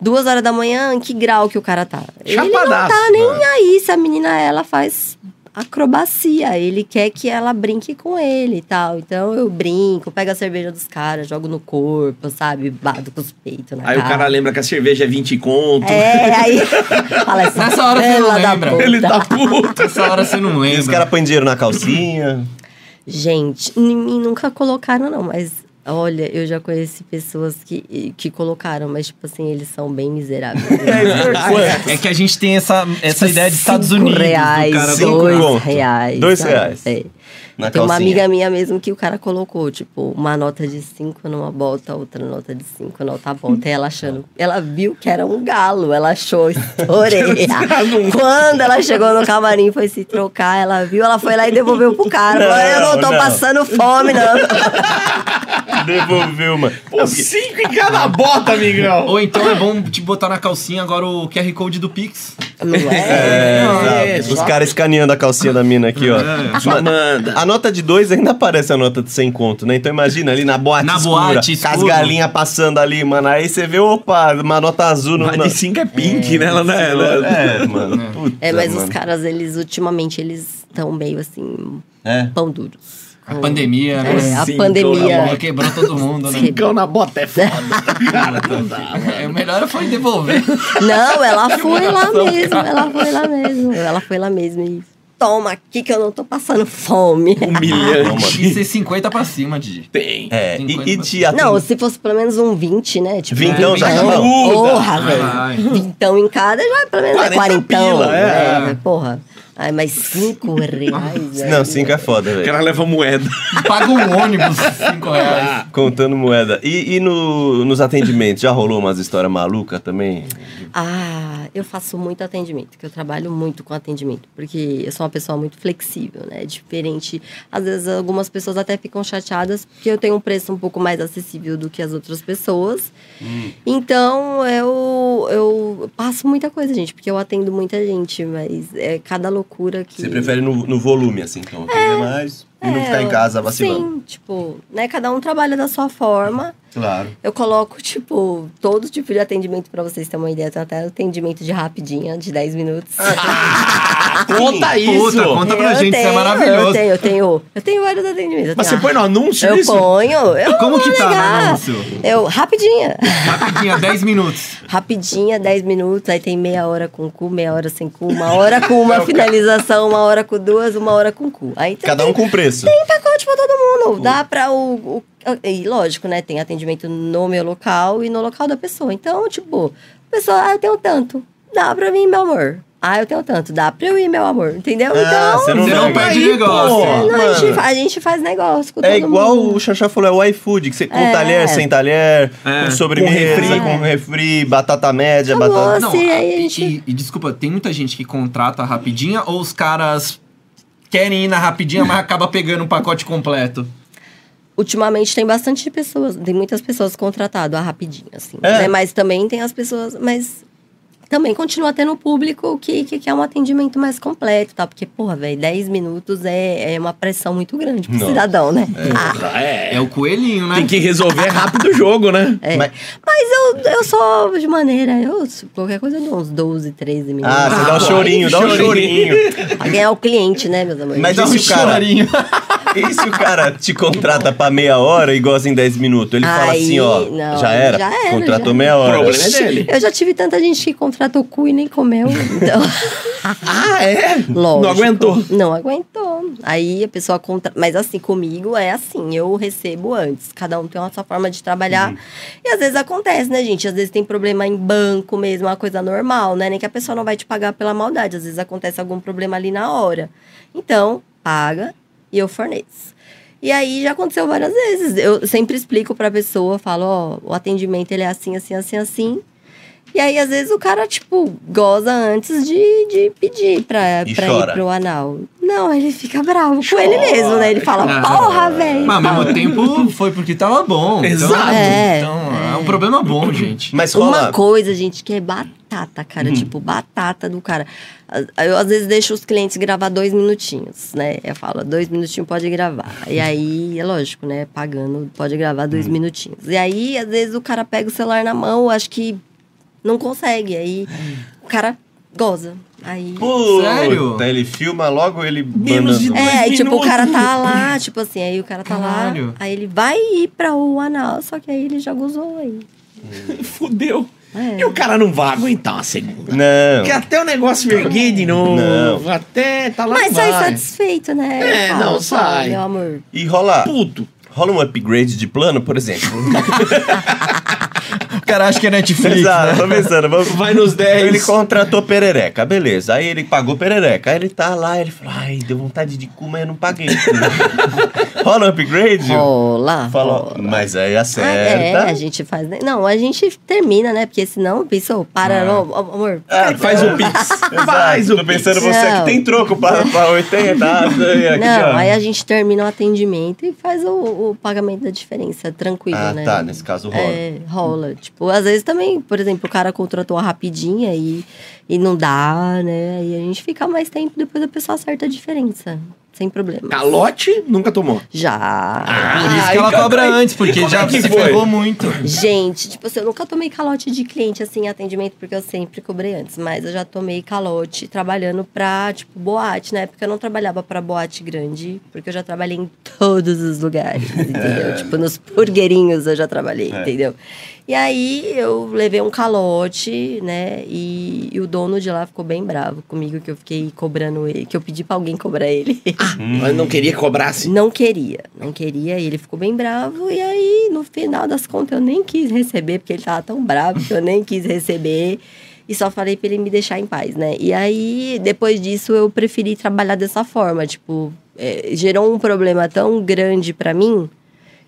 duas horas da manhã, em que grau que o cara tá? Ele não Chapadaço, tá né? nem aí se a menina, ela faz acrobacia. Ele quer que ela brinque com ele e tal. Então, eu brinco, pego a cerveja dos caras, jogo no corpo, sabe? Bato com os peitos na Aí o cara lembra que a cerveja é 20 conto. Tá. É, aí... Fala assim, essa Nessa hora você não fela da lembra. puta. Ele tá puto. Essa hora você não E os lembra. caras põem dinheiro na calcinha. Gente, em mim nunca colocaram, não, mas. Olha, eu já conheci pessoas que, que colocaram, mas, tipo assim, eles são bem miseráveis. É que a gente tem essa, essa ideia de Estados Tipo, Cinco Unidos. do Reais, cara Cinco dois conto. reais. Dois sabe? reais. É. Na Tem uma calcinha. amiga minha mesmo que o cara colocou, tipo, uma nota de cinco numa bota, outra nota de cinco na outra bota. E ela achando. Ela viu que era um galo, ela achou, estourei. um Quando ela chegou no camarim foi se trocar, ela viu, ela foi lá e devolveu pro cara. Falou, eu não tô Não, não. passando fome, não. Devolveu, mano. Pô, cinco em cada bota, amigão. Ou então é bom te botar na calcinha agora o QR Code do Pix. Não é? É, Não, exato. é, Os só- caras escaneando a calcinha da mina aqui, ó. É, Só Mano, manda. a nota de dois ainda parece a nota de 100 conto, né? Então imagina ali na boate Na escura, boate com as escuro. galinhas passando ali, mano. Aí você vê, opa, uma nota azul no... Mas na- de cinco é pink, né? Ela, né? Ela- É, mano. Puta, É, mas os mano. caras, eles ultimamente, eles estão meio assim, É. pão duros. A pandemia, É, né? a Sim, pandemia. dona Ela Quebrou todo mundo, né? Cincão na bota é foda. Cara, não dá. É, o melhor foi devolver. Não, ela foi lá mesmo, ela foi lá mesmo. Ela foi lá mesmo e toma aqui que eu não tô passando fome. Humilhante. E ser 50 pra cima, Digi. Um Tem. É, e, e te atende... Não, se fosse pelo menos um 20, né? Tipo, Vintão já vintão. tá bom. Ah. Porra, Ai. velho. Vintão em cada já é pelo menos é 40 quarentão. pila, é. né? Porra. Ai, mas cinco reais. Não, velho. 5 é foda, O velho. cara leva moeda. Paga um ônibus 5 reais. Contando moeda. E, e no- nos atendimentos, já rolou umas histórias malucas também? Ah, eu faço muito atendimento, que eu trabalho muito com atendimento, porque eu sou uma pessoa muito flexível, né? Diferente. Às vezes algumas pessoas até ficam chateadas porque eu tenho um preço um pouco mais acessível do que as outras pessoas. Hum. Então eu, eu passo muita coisa, gente, porque eu atendo muita gente, mas é cada loucura que. Você prefere no, no volume, assim, então. Atender mais e não É, ficar em casa vacilando. Sim, tipo, né? Cada um trabalha da sua forma. Claro. Eu coloco, tipo, todo tipo de atendimento pra vocês terem uma ideia. Tem até atendimento de rapidinha, de 10 minutos. Conta isso. Puta, Ah, então conta pra Eu gente, isso é tenho, Eu maravilhoso. tenho, eu tenho. Eu tenho vários atendimentos. Eu Mas você tenho- põe no anúncio Eu isso? ponho. Eu Como não vou que tá no negar. anúncio? Eu, rapidinha. Rapidinho, 10 minutos. Rapidinha, 10 minutos, aí tem meia hora com cu, meia hora sem cu, uma hora com É uma finalização, uma hora com duas, uma hora com cu. Aí tem- Cada um com preço. tem pacote pra todo mundo. Dá pra o, o- E lógico, né? Tem atendimento no meu local e no local da pessoa. Então, tipo, a pessoa, ah, eu tenho tanto. Dá pra mim, meu amor. Ah, eu tenho tanto. Dá pra eu ir, meu amor. Entendeu? Ah, então. você não, Você lembra. não perde aí, negócio. pô. não, a, gente, Mano. a gente faz negócio com tipo, todo É igual mundo. o Xaxá falou, é o iFood, que você com É. talher, sem talher, É. com sobremesa, Com com refri. refri, batata média, Acabou. batata... Assim, aí a e, gente- e- e desculpa, tem muita gente que contrata a rapidinha ou os caras querem ir na rapidinha, mas acaba pegando um pacote completo? Ultimamente tem bastante pessoas, tem muitas pessoas contratado a rapidinho, assim. É. né? Mas também tem as pessoas. Mas também continua tendo o público que, que quer um atendimento mais completo, tá? Porque, porra, velho, 10 minutos é, é uma pressão muito grande pro Nossa. cidadão, né? Ah, É. É o coelhinho, né? Tem que resolver rápido o jogo, né? é. Mas- Mas, eu, eu sou de maneira, eu qualquer coisa eu dou uns 12, 13 minutos. Ah, Ah, você dá um pô, chorinho, dá um chorinho. chorinho. Pra ganhar o cliente, né, meus amores? Mas Dá um esse cara- chorinho. E se o cara te contrata pra meia hora e goza em 10 minutos? Ele fala Aí, assim, ó, não, já era, já era, contratou já meia O hora. problema é dele. Eu já tive tanta gente que contratou cu e nem comeu. Então. Ah, é? Lógico. Não aguentou. Não aguentou. Aí a pessoa contra... Mas assim, comigo é assim, eu recebo antes. Cada um tem uma sua forma de Uhum. trabalhar. E às vezes acontece, né, gente? Às vezes tem problema em banco mesmo, é uma coisa normal, né? Nem que a pessoa não vai te pagar pela maldade. Às vezes acontece algum problema ali na hora. Então, paga e eu forneço. E aí já aconteceu várias vezes. Eu sempre explico pra pessoa, falo, ó, o atendimento ele é assim, assim, assim, assim. E aí, às vezes, o cara, tipo, goza antes de, de pedir pra, E pra chora. ir pro anal. Não, ele fica bravo com Chora, ele mesmo, né? Ele fala, chora. porra, velho. Mas ao mesmo tempo foi porque tava bom. então- Exato. É, Então é um problema bom, gente. Mas Uma rola. coisa, gente, que é batata, Uhum. cara. Tipo, batata do cara. Ah, Eu, às vezes, deixo os clientes gravar dois minutinhos, né? Eu falo, dois minutinhos pode gravar. E aí, é lógico, né? Pagando, pode gravar dois Uhum. minutinhos. E aí, às vezes, o cara pega o celular na mão, acho que não consegue. Aí, o cara goza. Aí... Puta, Sério? Ele filma logo ele. Menos de mandando. dez. É, dois e, tipo, o cara minutos. tá lá, tipo assim, aí o cara tá Caralho. lá, aí ele vai ir pra o anal, só que aí ele já gozou aí. Fudeu. É. E o cara não vai aguentar uma segunda. Não. Porque até o negócio verguei de novo. Não. Até tá lá Mas não sai vai. satisfeito, né? É, Eu não, sai. Meu amor. E rola. Puto. Rola um upgrade de plano, por exemplo. O cara acha que é Netflix, Exato, né? tô pensando. Vamos... Vai nos 10. Ele contratou perereca, beleza. Aí ele pagou perereca. Aí ele tá lá, ele falou: Ai, deu vontade de cu, mas eu não paguei. rola um upgrade? Rola. Falou, rola. mas aí Ah, é, acerta. a gente faz. né? Não, a gente termina, né? Porque senão, pensou, para, ó, ó, amor. Ah, Faz o pix. Exato. É. Faz um o Tô pix. pensando você Não. que tem troco pra, pra 80. ah, e aqui, Não, ó. aí é a gente termina o atendimento e faz o, o pagamento da diferença, tranquilo, Ah, né? tá, nesse caso rola. É, rola. Tipo, às vezes também, por exemplo, o cara contratou a rapidinha e, e não dá, né? Aí a gente fica mais tempo, depois a pessoa acerta a diferença. Sem problema. Calote nunca tomou. Já. Por isso Ah, que e ela como- cobra e- antes, e porque como já é que se foi? ferrou muito. Gente, tipo assim, eu nunca tomei calote de cliente assim, em atendimento, porque eu sempre cobrei antes, mas eu já tomei calote trabalhando pra, tipo, boate. Na época eu não trabalhava pra boate grande, porque eu já trabalhei em todos os lugares, entendeu? Tipo, nos purgueirinhos eu já trabalhei, entendeu? E aí eu levei um calote, né? E, e o dono de lá ficou bem bravo comigo que eu fiquei cobrando ele, que eu pedi pra alguém cobrar ele. Mas não queria que cobrasse. Não queria, não queria, e ele ficou bem bravo. E aí, no final das contas, eu nem quis receber, porque ele tava tão bravo que eu nem quis receber. E só falei pra ele me deixar em paz, né? E aí, depois disso, eu preferi trabalhar dessa forma. Tipo, é, gerou um problema tão grande pra mim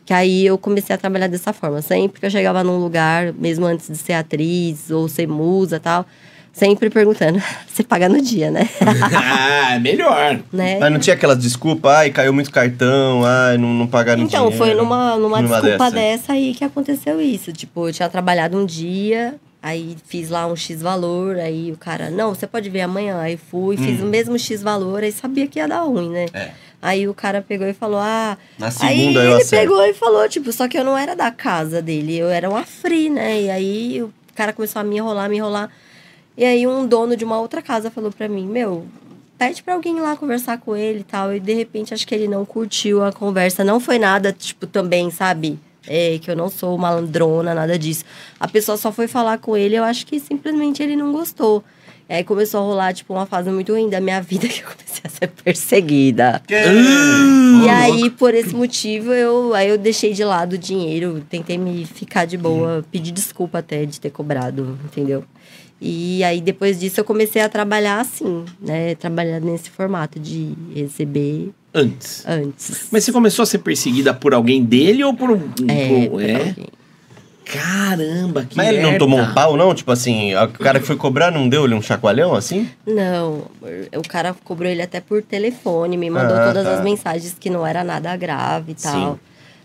que aí eu comecei a trabalhar dessa forma. Sempre que eu chegava num lugar, mesmo antes de ser atriz ou ser musa tal, sempre perguntando: você paga no dia, né? ah, é melhor. né? Mas não tinha aquelas desculpas, ai, caiu muito cartão, ai, não, não pagaram Então, dinheiro. foi numa, numa, desculpa dessas. dessa. aí que aconteceu isso. Tipo, eu tinha trabalhado um dia, aí fiz lá um X valor, aí o cara, não, você pode ver amanhã. Aí fui, fiz o mesmo X valor, aí sabia que ia dar ruim, né? Hum. É. Aí o cara pegou e falou, ah. Na segunda aí eu ele acerto. pegou e falou, tipo, só que eu não era da casa dele, eu era uma free, né? E aí o cara começou a me enrolar, me enrolar. E aí um dono de uma outra casa falou pra mim, meu, pede pra alguém ir lá conversar com ele e tal. E de repente acho que ele não curtiu a conversa. Não foi nada, tipo, também, sabe? É, que eu não sou malandrona, nada disso. A pessoa só foi falar com ele, eu acho que simplesmente ele não gostou. E aí começou a rolar, tipo, uma fase muito ruim da minha vida que eu comecei a ser perseguida. Que- E aí, por esse motivo, eu, aí eu deixei de lado o dinheiro, tentei me ficar de Hum. boa, pedi desculpa até de ter cobrado, entendeu? E aí, depois disso, eu comecei a trabalhar assim, né? Trabalhar nesse formato de receber Antes. antes. Mas você começou a ser perseguida por alguém dele ou por um. É, por- pra é? alguém. Caramba, que Mas ele não merda. tomou um pau, não? Tipo assim, o cara que foi cobrar não deu-lhe um chacoalhão assim? Não, o cara cobrou ele até por telefone, me mandou Ah, todas tá. as mensagens que não era nada grave e tal. Sim.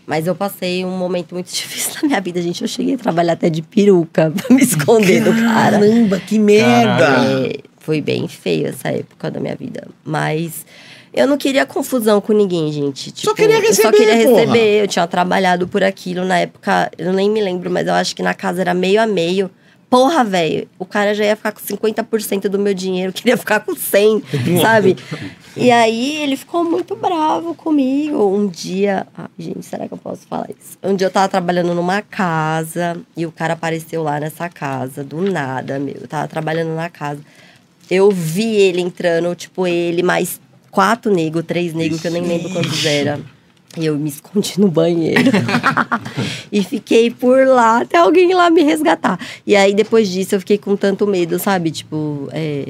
Mas eu passei um momento muito difícil na minha vida, gente. Eu cheguei a trabalhar até de peruca pra me esconder do cara. Caramba, que merda. É, foi bem feio essa época da minha vida. Mas eu não queria confusão com ninguém, gente. Tipo, queria Eu receber, só queria porra. receber. Eu tinha trabalhado por aquilo na época. Eu nem me lembro, mas eu acho que na casa era meio a meio. Porra, velho, o cara já ia ficar com 50% do meu dinheiro, eu queria ficar com 100, sabe? E aí ele ficou muito bravo comigo. Um dia, ai, gente, será que eu posso falar isso? Um dia eu tava trabalhando numa casa e o cara apareceu lá nessa casa do nada, meu. Eu tava trabalhando na casa. Eu vi ele entrando, tipo, ele mais quatro negros, três negros, que eu nem lembro quantos era. Eu me escondi no banheiro. e fiquei por lá até alguém ir lá me resgatar. E aí, depois disso, eu fiquei com tanto medo, sabe? Tipo, é,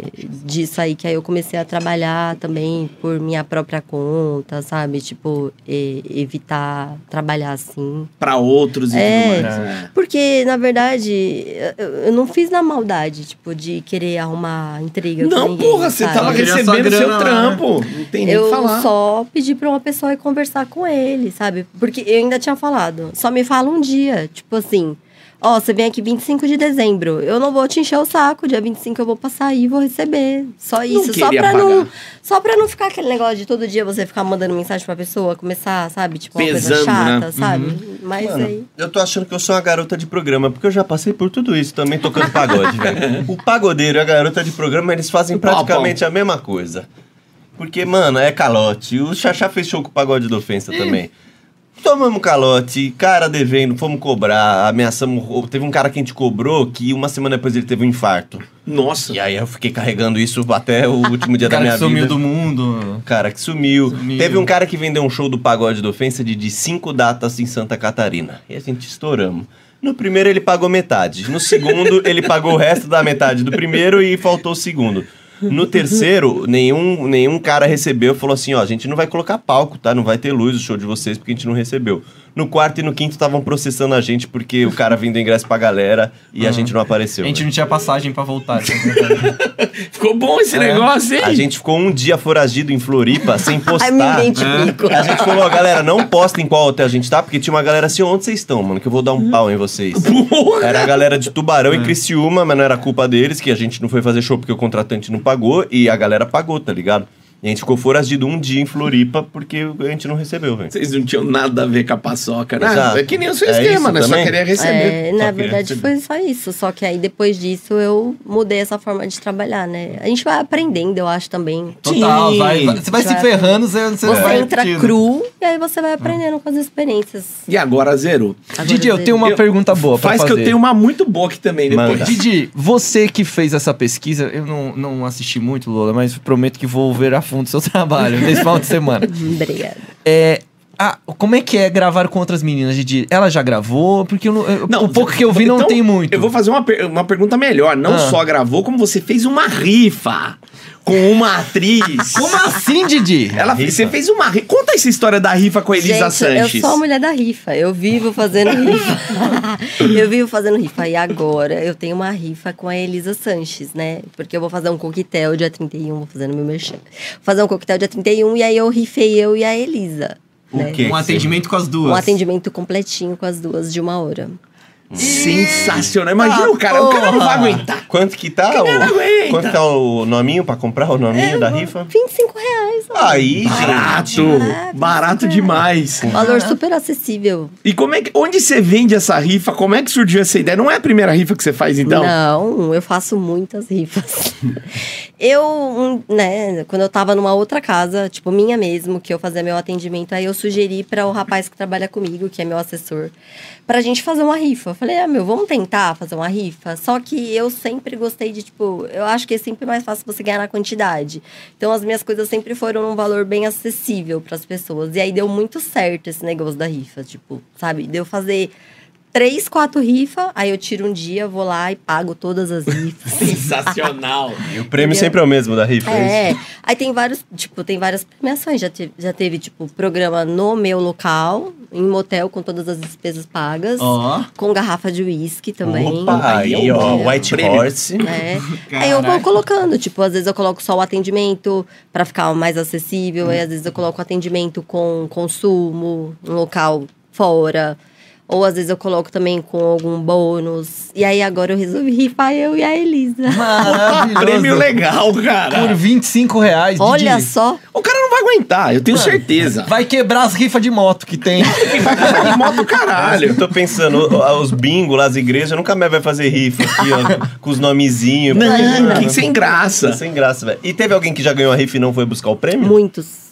disso aí, que aí eu comecei a trabalhar também por minha própria conta, sabe? Tipo, e- evitar trabalhar assim. Pra outros e É. tudo mais. né? Porque, na verdade, eu- eu não fiz na maldade, tipo, de querer arrumar intriga com Não, ninguém, porra, você sabe? tava Queria só recebendo grana seu lá, né? trampo. Não tem nem o que Eu falar. só pedi pra uma pessoa ir conversar com ele, sabe? Porque eu ainda tinha falado. Só me fala um dia. Tipo assim, ó, você vem aqui 25 de dezembro. Eu não vou te encher o saco. Dia 25 eu vou passar aí e vou receber. Só isso. só queria pra não. pagar. Só pra não ficar aquele negócio de todo dia você ficar mandando mensagem pra pessoa, começar, sabe? Tipo, uma Pesando, coisa chata, né? sabe? Mas Mano, É aí. eu tô achando que eu sou uma garota de programa, porque eu já passei por tudo isso também tocando pagode, velho. O pagodeiro e a garota de programa, eles fazem praticamente a mesma coisa. Porque, mano, é calote. O Xaxá fechou com o pagode da ofensa também. Tomamos calote, cara devendo, fomos cobrar, ameaçamos. Teve um cara que a gente cobrou que uma semana depois ele teve um infarto. Nossa. E aí eu fiquei carregando isso até o último dia O da cara minha que sumiu vida. do mundo. Cara que sumiu. Sumiu. Teve um cara que vendeu um show do Pagode da Ofensa de, de cinco datas em Santa Catarina. E a gente estouramos. No primeiro ele pagou metade. No segundo ele pagou o resto da metade do primeiro e faltou o segundo. No terceiro, nenhum, nenhum cara recebeu falou assim: ó, a gente não vai colocar palco, tá? Não vai ter luz o show de vocês porque a gente não recebeu. No quarto e no quinto estavam processando a gente porque o cara vendeu ingresso pra galera e a Ah. gente não apareceu. né? A gente velho. não tinha passagem pra voltar. Ficou bom esse negócio, hein? É. A gente ficou um dia foragido em Floripa sem postar. Ai, né? me identifico. A gente falou, ó, galera, não postem qual hotel a gente tá, porque tinha uma galera assim, onde vocês estão, mano, que eu vou dar um pau em vocês. Porra. É. Era a galera de Tubarão e Criciúma, mas não era culpa deles, que a gente não foi fazer show porque o contratante não pagou, e a galera pagou, tá ligado? E a gente ficou foragido um dia em Floripa, porque a gente não recebeu, velho. Vocês não tinham nada a ver com a paçoca, né? Exato. É que nem o seu É esquema, isso né? Só também? queria receber. É, Só na queria verdade receber. foi só isso. Só que aí depois disso eu mudei essa forma de trabalhar, né? A gente vai aprendendo, eu acho também. Total, Sim. vai, vai. Você vai se Vai. ferrando, você, você Você vai entra curtindo. cru e aí você vai aprendendo com as experiências. E agora zerou. Agora Didi, eu zero. tenho uma Eu- pergunta boa pra Faz fazer. que eu tenho uma muito boa aqui também depois. um- Manda. Didi, você que fez essa pesquisa, eu não, não assisti muito, Lola, mas prometo que vou ver a fundo seu trabalho nesse final de semana. Obrigada. É. ah, como é que é gravar com outras meninas, Didi? Ela já gravou? Porque eu não- eu- o pouco que eu vi não então, tem muito. Eu vou fazer uma, per- uma pergunta melhor. Não Ah. só gravou, como você fez uma rifa com uma atriz. Como assim, Didi? Ela, Rifa? você fez uma rifa. Conta essa história da rifa com a Elisa Gente, Sanches. eu sou a mulher da rifa. Eu vivo fazendo rifa. eu vivo fazendo rifa. E agora eu tenho uma rifa com a Elisa Sanches, né? Porque eu vou fazer um coquetel dia 31, vou fazendo meu merchan. Vou fazer um coquetel dia 31 e aí eu rifei eu e a Elisa. né? quê? Um com as duas. Um atendimento completinho com as duas de uma hora. Sensacional. Imagina o cara. O cara não vai porra. aguentar. Quanto que tá aguenta. É, o... Quanto tá o nominho pra comprar, o nominho da rifa? 25 reais. ó. Aí, gente. Barato. Barato demais. Valor super acessível. E como é que. Onde você vende essa rifa? Como é que surgiu essa ideia? Não é a primeira rifa que você faz, então? Não, eu faço muitas rifas. eu, um, né, quando eu tava numa outra casa, tipo minha mesmo, que eu fazia meu atendimento, aí eu sugeri para o rapaz que trabalha comigo, que é meu assessor, pra gente fazer uma rifa. Eu falei, ah, meu, vamos tentar fazer uma rifa. Só que eu sempre gostei de, tipo, eu acho que é sempre mais fácil você ganhar na quantidade. Então as minhas coisas sempre foram num valor bem acessível pras pessoas. E aí deu muito certo esse negócio da rifa, tipo, sabe? Deu fazer três, quatro rifas, aí eu tiro um dia, vou lá e pago todas as rifas. Sensacional. E o prêmio sempre é o mesmo da rifa, é isso? É, aí tem vários, tipo, tem várias premiações. Já teve, já teve, tipo, programa no meu local, em motel, com todas as despesas pagas. Ó. Com garrafa de uísque também. Opa, aí, ó, Entendeu? White é Prêmio. Horse. É. Aí eu vou Caraca. colocando, tipo, às vezes eu coloco só o atendimento pra ficar mais acessível, aí às vezes eu coloco o atendimento com consumo, um local fora. Ou às vezes eu coloco também com algum bônus. E aí agora eu resolvi rifar eu e a Elisa. Maravilhoso. Prêmio legal, Por cara. 25 reais, Didi. Olha só, O cara não vai aguentar, eu tenho certeza. Vai quebrar as rifas de moto que tem. Vai falar de moto caralho. Eu tô pensando, o- os bingos lá, as igrejas, nunca mais vai fazer rifa aqui, ó, com os nomezinhos. Não, porque- que sem Tá graça. Sem graça, velho. E teve alguém que já ganhou a rifa e não foi buscar o prêmio? muitos.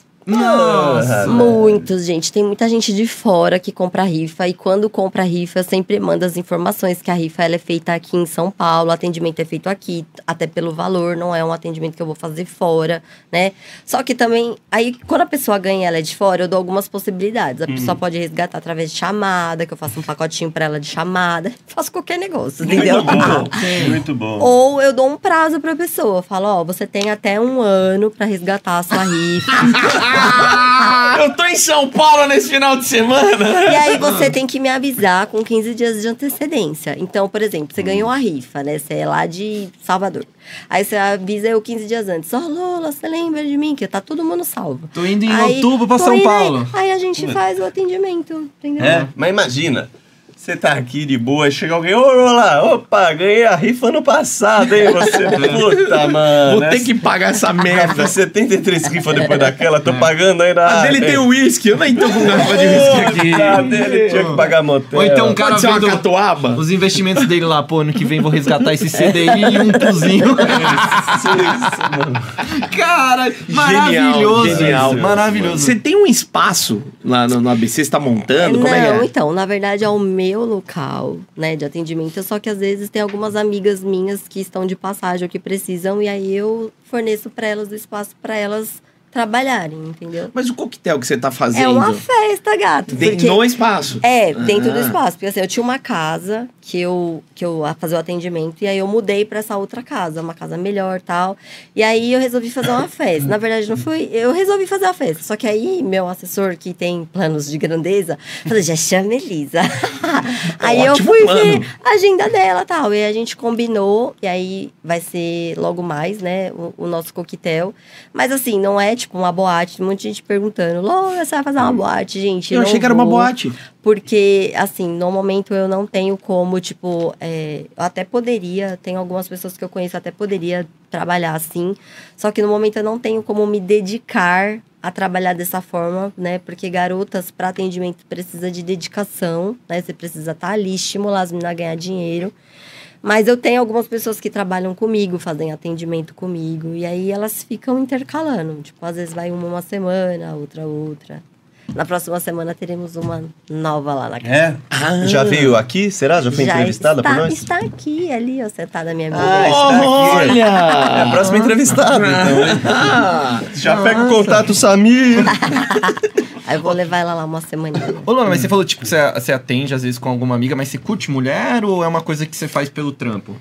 Nossa! Muitos, gente. Tem muita gente de fora que compra rifa. E quando compra rifa, eu sempre mando as informações que a rifa ela é feita aqui em São Paulo, o atendimento é feito aqui, até pelo valor, não é um atendimento que eu vou fazer fora, né? Só que também, aí quando a pessoa ganha e ela é de fora, eu dou algumas possibilidades. Uhum. A pessoa pode resgatar através de chamada, que eu faço um pacotinho pra ela de chamada. Faço qualquer negócio, entendeu? Muito bom. Muito bom. Ou eu dou um prazo pra pessoa. Eu falo, ó, você tem até um ano pra resgatar a sua rifa. Ah! Eu tô em São Paulo nesse final de semana. E aí você tem que me avisar com 15 dias de antecedência. Então, por exemplo, você ganhou a rifa, né? Você é lá de Salvador. Aí você avisa eu 15 dias antes. Ó, Lola, você lembra de mim? Que tá todo mundo salvo. Tô indo em Aí- outubro pra tô São indo aí. Paulo. Aí a É. gente faz o atendimento, entendeu? É, mas imagina. Você tá aqui de boa, chega alguém, ô Lola, opa, ganhei a rifa ano passado, hein? Você, puta, mano. Vou ter que pagar essa merda. Merda, 73 rifas depois daquela, tô pagando ainda. Mas ele tem um uísque, eu nem tô com garrafa de uísque aqui. Puta, dele tinha que pagar motel. Ou então um cara Pode ser uma vendo catuaba? os investimentos dele lá, pô, ano que vem vou resgatar esse CDI e um cozinho. cara, maravilhoso. isso, genial. maravilhoso. Você tem um espaço lá no, no ABC, você tá montando? Como não, é que é? então, na verdade é o meu local, né, de atendimento. Só que às vezes tem algumas amigas minhas que estão de passagem ou que precisam e aí eu forneço pra elas o espaço pra elas trabalharem, entendeu? Mas o coquetel que você tá fazendo? É uma festa, gato. Tem porque- no espaço. É, dentro do Ah. espaço. Porque assim, eu tinha uma casa que eu, que eu ia fazer o atendimento. E aí eu mudei pra essa outra casa, uma casa melhor tal. E aí eu resolvi fazer uma festa. Na verdade, não foi. Eu resolvi fazer a festa. Só que aí meu assessor, que tem planos de grandeza, falou: já chama a Elisa. aí eu Ótimo fui plano. ver a agenda dela tal. E aí a gente combinou. E aí vai ser logo mais, né? O, o nosso coquetel. Mas assim, não é tipo uma boate. Um monte de gente perguntando: Lola, você vai fazer uma boate, gente? Hum. Eu Não achei que era uma vou. boate. Porque, assim, no momento eu não tenho como, tipo, é, eu até poderia, tem algumas pessoas que eu conheço, até poderia trabalhar assim. Só que no momento eu não tenho como me dedicar a trabalhar dessa forma, né? Porque garotas, para atendimento, precisa de dedicação, né? Você precisa estar ali, estimular as meninas a ganhar dinheiro. Mas eu tenho algumas pessoas que trabalham comigo, fazem atendimento comigo. E aí elas ficam intercalando. Tipo, às vezes vai uma uma semana, outra outra. Na próxima semana teremos uma nova lá na casa. É? Já veio aqui? Será? Já foi Já entrevistada está, por nós? está aqui, ali, ó, sentada minha amiga. Ah, está aqui. É a Olha! próxima entrevistada, É. então. hein? Ah, Já pega o contato, Samir. Aí eu vou levar ela lá uma semaninha. Ô, Lona, mas você falou, tipo, que você, você atende às vezes com alguma amiga, mas você curte mulher ou é uma coisa que você faz pelo trampo?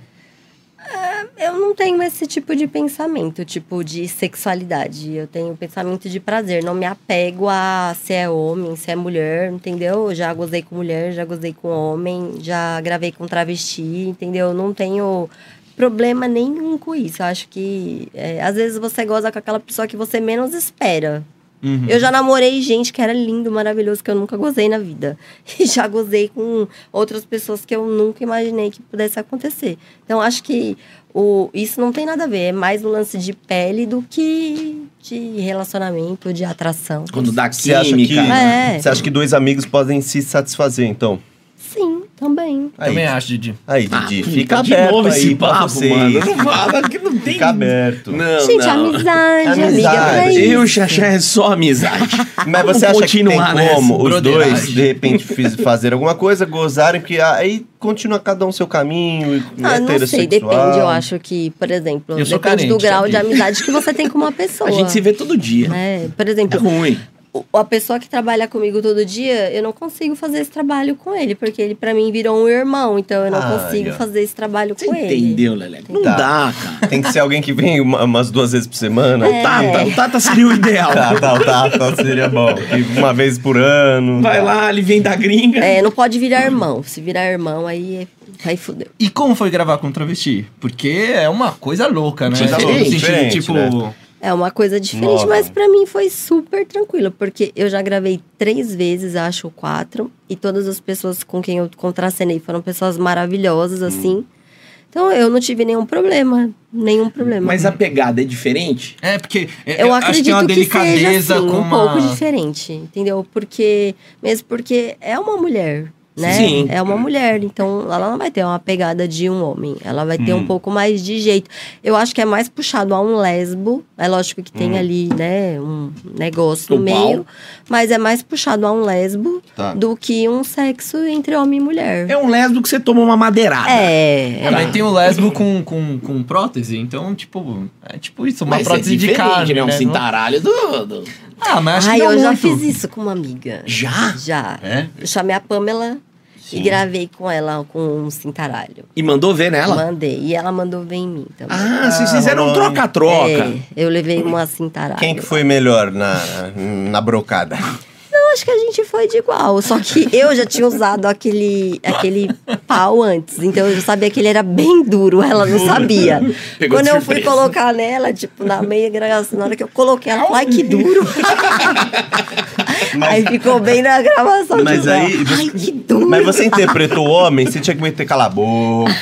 Eu não tenho esse tipo de pensamento, tipo, de sexualidade. Eu tenho pensamento de prazer. Não me apego a se é homem, se é mulher, entendeu? Eu já gozei com mulher, já gozei com homem, já gravei com travesti, entendeu? Eu Não tenho problema nenhum com isso. Eu acho que é, às vezes você goza com aquela pessoa que você menos espera. Uhum. Eu já namorei gente que era lindo, maravilhoso, que eu nunca gozei na vida. E já gozei com outras pessoas que eu nunca imaginei que pudesse acontecer. Então, acho que o, isso não tem nada a ver. É mais um lance de pele do que de relacionamento, de atração. quando dá Você acha que, química. É. você acha que dois amigos podem se satisfazer, então? Sim, também. Aí, Também acho, Didi. aí Ah, Didi, puta, fica de aberto novo aí esse pra papo, vocês. mano. Não fala que não tem. Fica aberto. Não, Gente, não. amizade, amiga, Amizade. pra isso. Eu, o Xaxá, é só amizade. Mas Vamos você acha que tem continuar nessa, como os broderagem. dois, de repente, fiz- fazer alguma coisa, gozarem, porque aí continua cada um seu caminho, Ah, não sei, heterossexual. depende, eu acho que, por exemplo, Eu sou depende do carente, grau de sabia? amizade que você tem com uma pessoa. A gente se vê todo dia. né? Por É exemplo, ruim. o- a pessoa que trabalha comigo todo dia, eu não consigo fazer esse trabalho com ele, porque ele pra mim virou um irmão, então eu não Ah, consigo ó. fazer esse trabalho Você com ele. entendeu, Leleco? Não Tá. dá, cara. Tem que ser alguém que vem uma- umas duas vezes por semana. O Tata, o Tata seria o ideal. Tá, tá, tá, tá, seria bom. Que Uma vez por ano. Vai lá, ele vem da gringa. É, não pode virar irmão. Se virar irmão, aí, aí fudeu. E como foi gravar com travesti? Porque é uma coisa louca, né? Diferente, No sentido, diferente, tipo, né? É uma coisa diferente, Nova. mas pra mim foi super tranquilo, porque eu já gravei três vezes, acho, ou quatro, e todas as pessoas com quem eu contracenei foram pessoas maravilhosas, Hum. assim. Então eu não tive nenhum problema, nenhum problema. Mas a pegada é diferente? É, porque é- Eu é- acho que é acredito uma que, seja delicadeza assim, com um uma... pouco diferente, entendeu? Porque mesmo porque é uma mulher, né? Sim. É uma mulher, então ela não vai ter uma pegada de um homem. Ela vai ter Hum. um pouco mais de jeito. Eu acho que é mais puxado a um lesbo. É lógico que Hum. tem ali, né, um negócio Um no pau. meio. Mas é mais puxado a um lesbo Tá. do que um sexo entre homem e mulher. É um lésbico que você toma uma madeirada. É. É, mas tem o lesbo com, com, com prótese, então, tipo, é tipo isso, uma Mas é prótese de diferente, carne, né? Um né? cintaralho do... do- Ah, mas acho Ai, que não eu já muito. fiz isso com uma amiga. Já? Já. É? Eu chamei a Pamela Sim. e gravei com ela com um cintaralho. E mandou ver nela? Mandei. E ela mandou ver em mim também. Ah, vocês fizeram um rolou, hein? troca-troca. É, eu levei uma cintaralho. Quem que foi melhor na, na brocada? Eu acho que a gente foi de igual. Só que eu já tinha usado aquele, aquele pau antes. Então eu sabia que ele era bem duro. Ela não sabia. Pegou Quando de eu fui surpresa. colocar nela, tipo, na meia gravação, na hora que eu coloquei, ela falou, ai, que duro. Mas- aí ficou bem na gravação. Mas de aí novo. você- Ai, que duro. Mas você interpretou o homem, você tinha que meter cala a boca,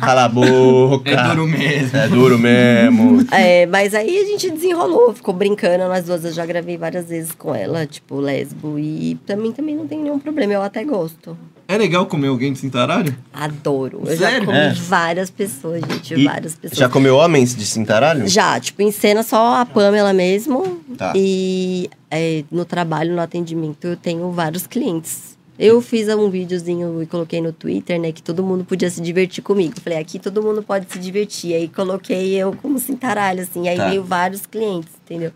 cala a boca. É duro mesmo. É duro mesmo. É, mas aí a gente desenrolou, ficou brincando nós duas. Eu já gravei várias vezes com ela, tipo, lesbo. E pra mim também não tem nenhum problema, eu até gosto. É legal comer alguém de cintaralho? Adoro. Eu já Sério? comi É. várias pessoas, gente, E várias pessoas. Já comeu homens de cintaralho? Já, tipo, em cena só a Pamela mesmo. Tá. E é, no trabalho, no atendimento, eu tenho vários clientes. Eu fiz um videozinho e coloquei no Twitter, né? Que todo mundo podia se divertir comigo. Falei, aqui todo mundo pode se divertir. Aí coloquei eu como cintaralho, assim. Aí Tá. veio vários clientes, entendeu?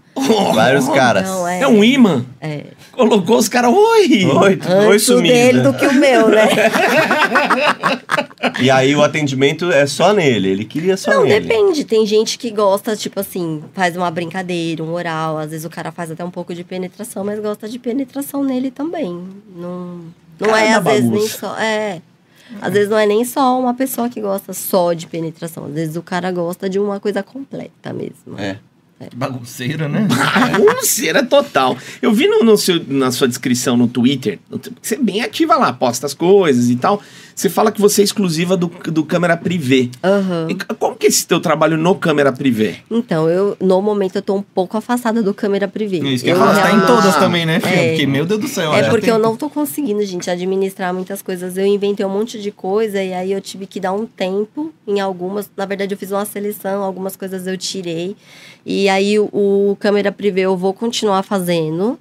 Vários caras. Não, é. É um imã. É. Colocou os caras... Oi! Oi, oi Antes o dele sumida. do que o meu, né? E aí o atendimento é só nele, ele queria só Não, nele. depende. Tem gente que gosta, tipo assim, faz uma brincadeira, um oral. Às vezes o cara faz até um pouco de penetração, mas gosta de penetração nele também. Não, não Cara é, da às vezes, nem bagunça. só. É. Às vezes não é nem só uma pessoa que gosta só de penetração. Às vezes o cara gosta de uma coisa completa mesmo. É. Bagunceira, né? Bagunceira total. Eu vi no, no seu- na sua descrição no Twitter, no tu- você é bem ativa lá, posta as coisas e tal. Você fala que você é exclusiva do, do câmera privê. Aham. E c- como que é esse teu trabalho no câmera privê? Então, eu, no momento, eu tô um pouco afastada do câmera privê. Isso que eu Eu ia falar, você tá em realmente- todas também, né, filho? É. Porque, meu Deus do céu, É já porque tem- eu não tô conseguindo, gente, administrar muitas coisas. Eu inventei um monte de coisa e aí eu tive que dar um tempo em algumas. Na verdade, eu fiz uma seleção, algumas coisas eu tirei. E aí o, o câmera privê eu vou continuar fazendo.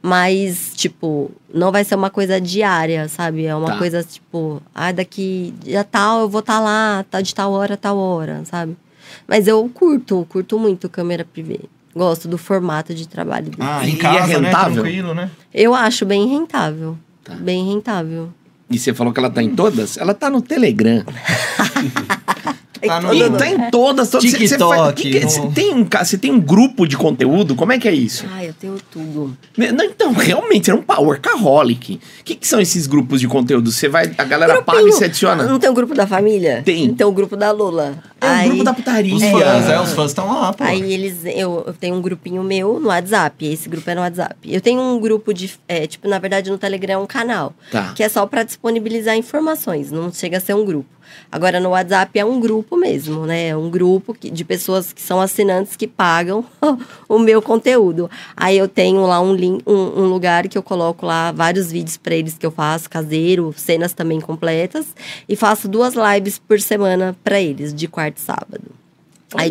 Mas, tipo, não vai ser uma coisa diária, sabe? É uma Tá. coisa, tipo, ah, daqui dia tal, eu vou estar tá lá, tá de tal hora, a tal hora, sabe? Mas eu curto, curto muito câmera privê. Gosto do formato de trabalho dele. Ah, E em é casa, rentável? né? Tranquilo, né? Eu acho bem rentável. Tá. Bem rentável. E você falou que ela tá em todas? Ela tá no Telegram. Tá no- Ela tá em todas. todas. Você- Você, faz- o que que é? TikTok, Você no- tem um, ca- você tem um grupo de conteúdo? Como é que é isso? Ai, eu tenho tudo. Ne- não, então, realmente, era um pa- workaholic. O que, que são esses grupos de conteúdo? Você vai, a galera paga e se adiciona. Não tem o É um grupo da família? Tem. Tem o grupo da Lula. É um grupo da putaria. Os fãs, um é, os fãs estão lá, pô. Aí eles, eu, eu tenho um grupinho meu no WhatsApp, esse grupo é no WhatsApp. Eu tenho um grupo de, é, tipo, na verdade no Telegram é um canal, Tá. que é só pra disponibilizar informações, não chega a ser um grupo. Agora no WhatsApp é um grupo mesmo, né? É um grupo que- de pessoas que são assinantes que pagam o meu conteúdo. Aí eu tenho lá um, lin- um, um lugar que eu coloco lá vários vídeos pra eles que eu faço, caseiro, cenas também completas, e faço duas lives por semana pra eles, de quarta e sábado. Aí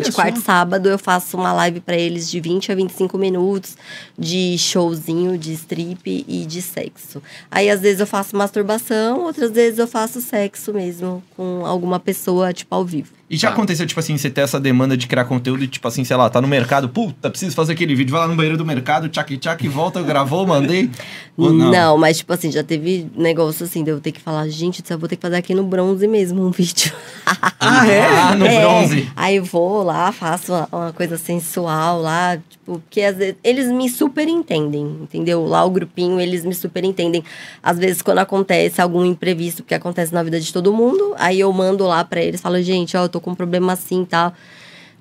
Olha de só. quarta e sábado eu faço uma live pra eles de 20 a 25 minutos de showzinho, de strip e de sexo. Aí às vezes eu faço masturbação, outras vezes eu faço sexo mesmo com alguma pessoa, tipo, ao vivo. E já Tá. aconteceu, tipo assim, você ter essa demanda de criar conteúdo e, tipo assim, sei lá, tá no mercado, puta, preciso fazer aquele vídeo, vai lá no banheiro do mercado, tchac, tchac, volta, gravou, mandei. Ou não? mas tipo assim, já teve negócio assim, de eu ter que falar, gente, eu vou ter que fazer aqui no bronze mesmo um vídeo. Ah, é? Ah, no É, bronze. Aí eu vou lá, faço uma, uma coisa sensual lá, tipo, porque às vezes eles me super entendem, entendeu? Lá o grupinho, eles me super entendem. Às vezes quando acontece algum imprevisto, que acontece na vida de todo mundo, aí eu mando lá pra eles, falo, gente, ó, eu tô com um problema assim e tal.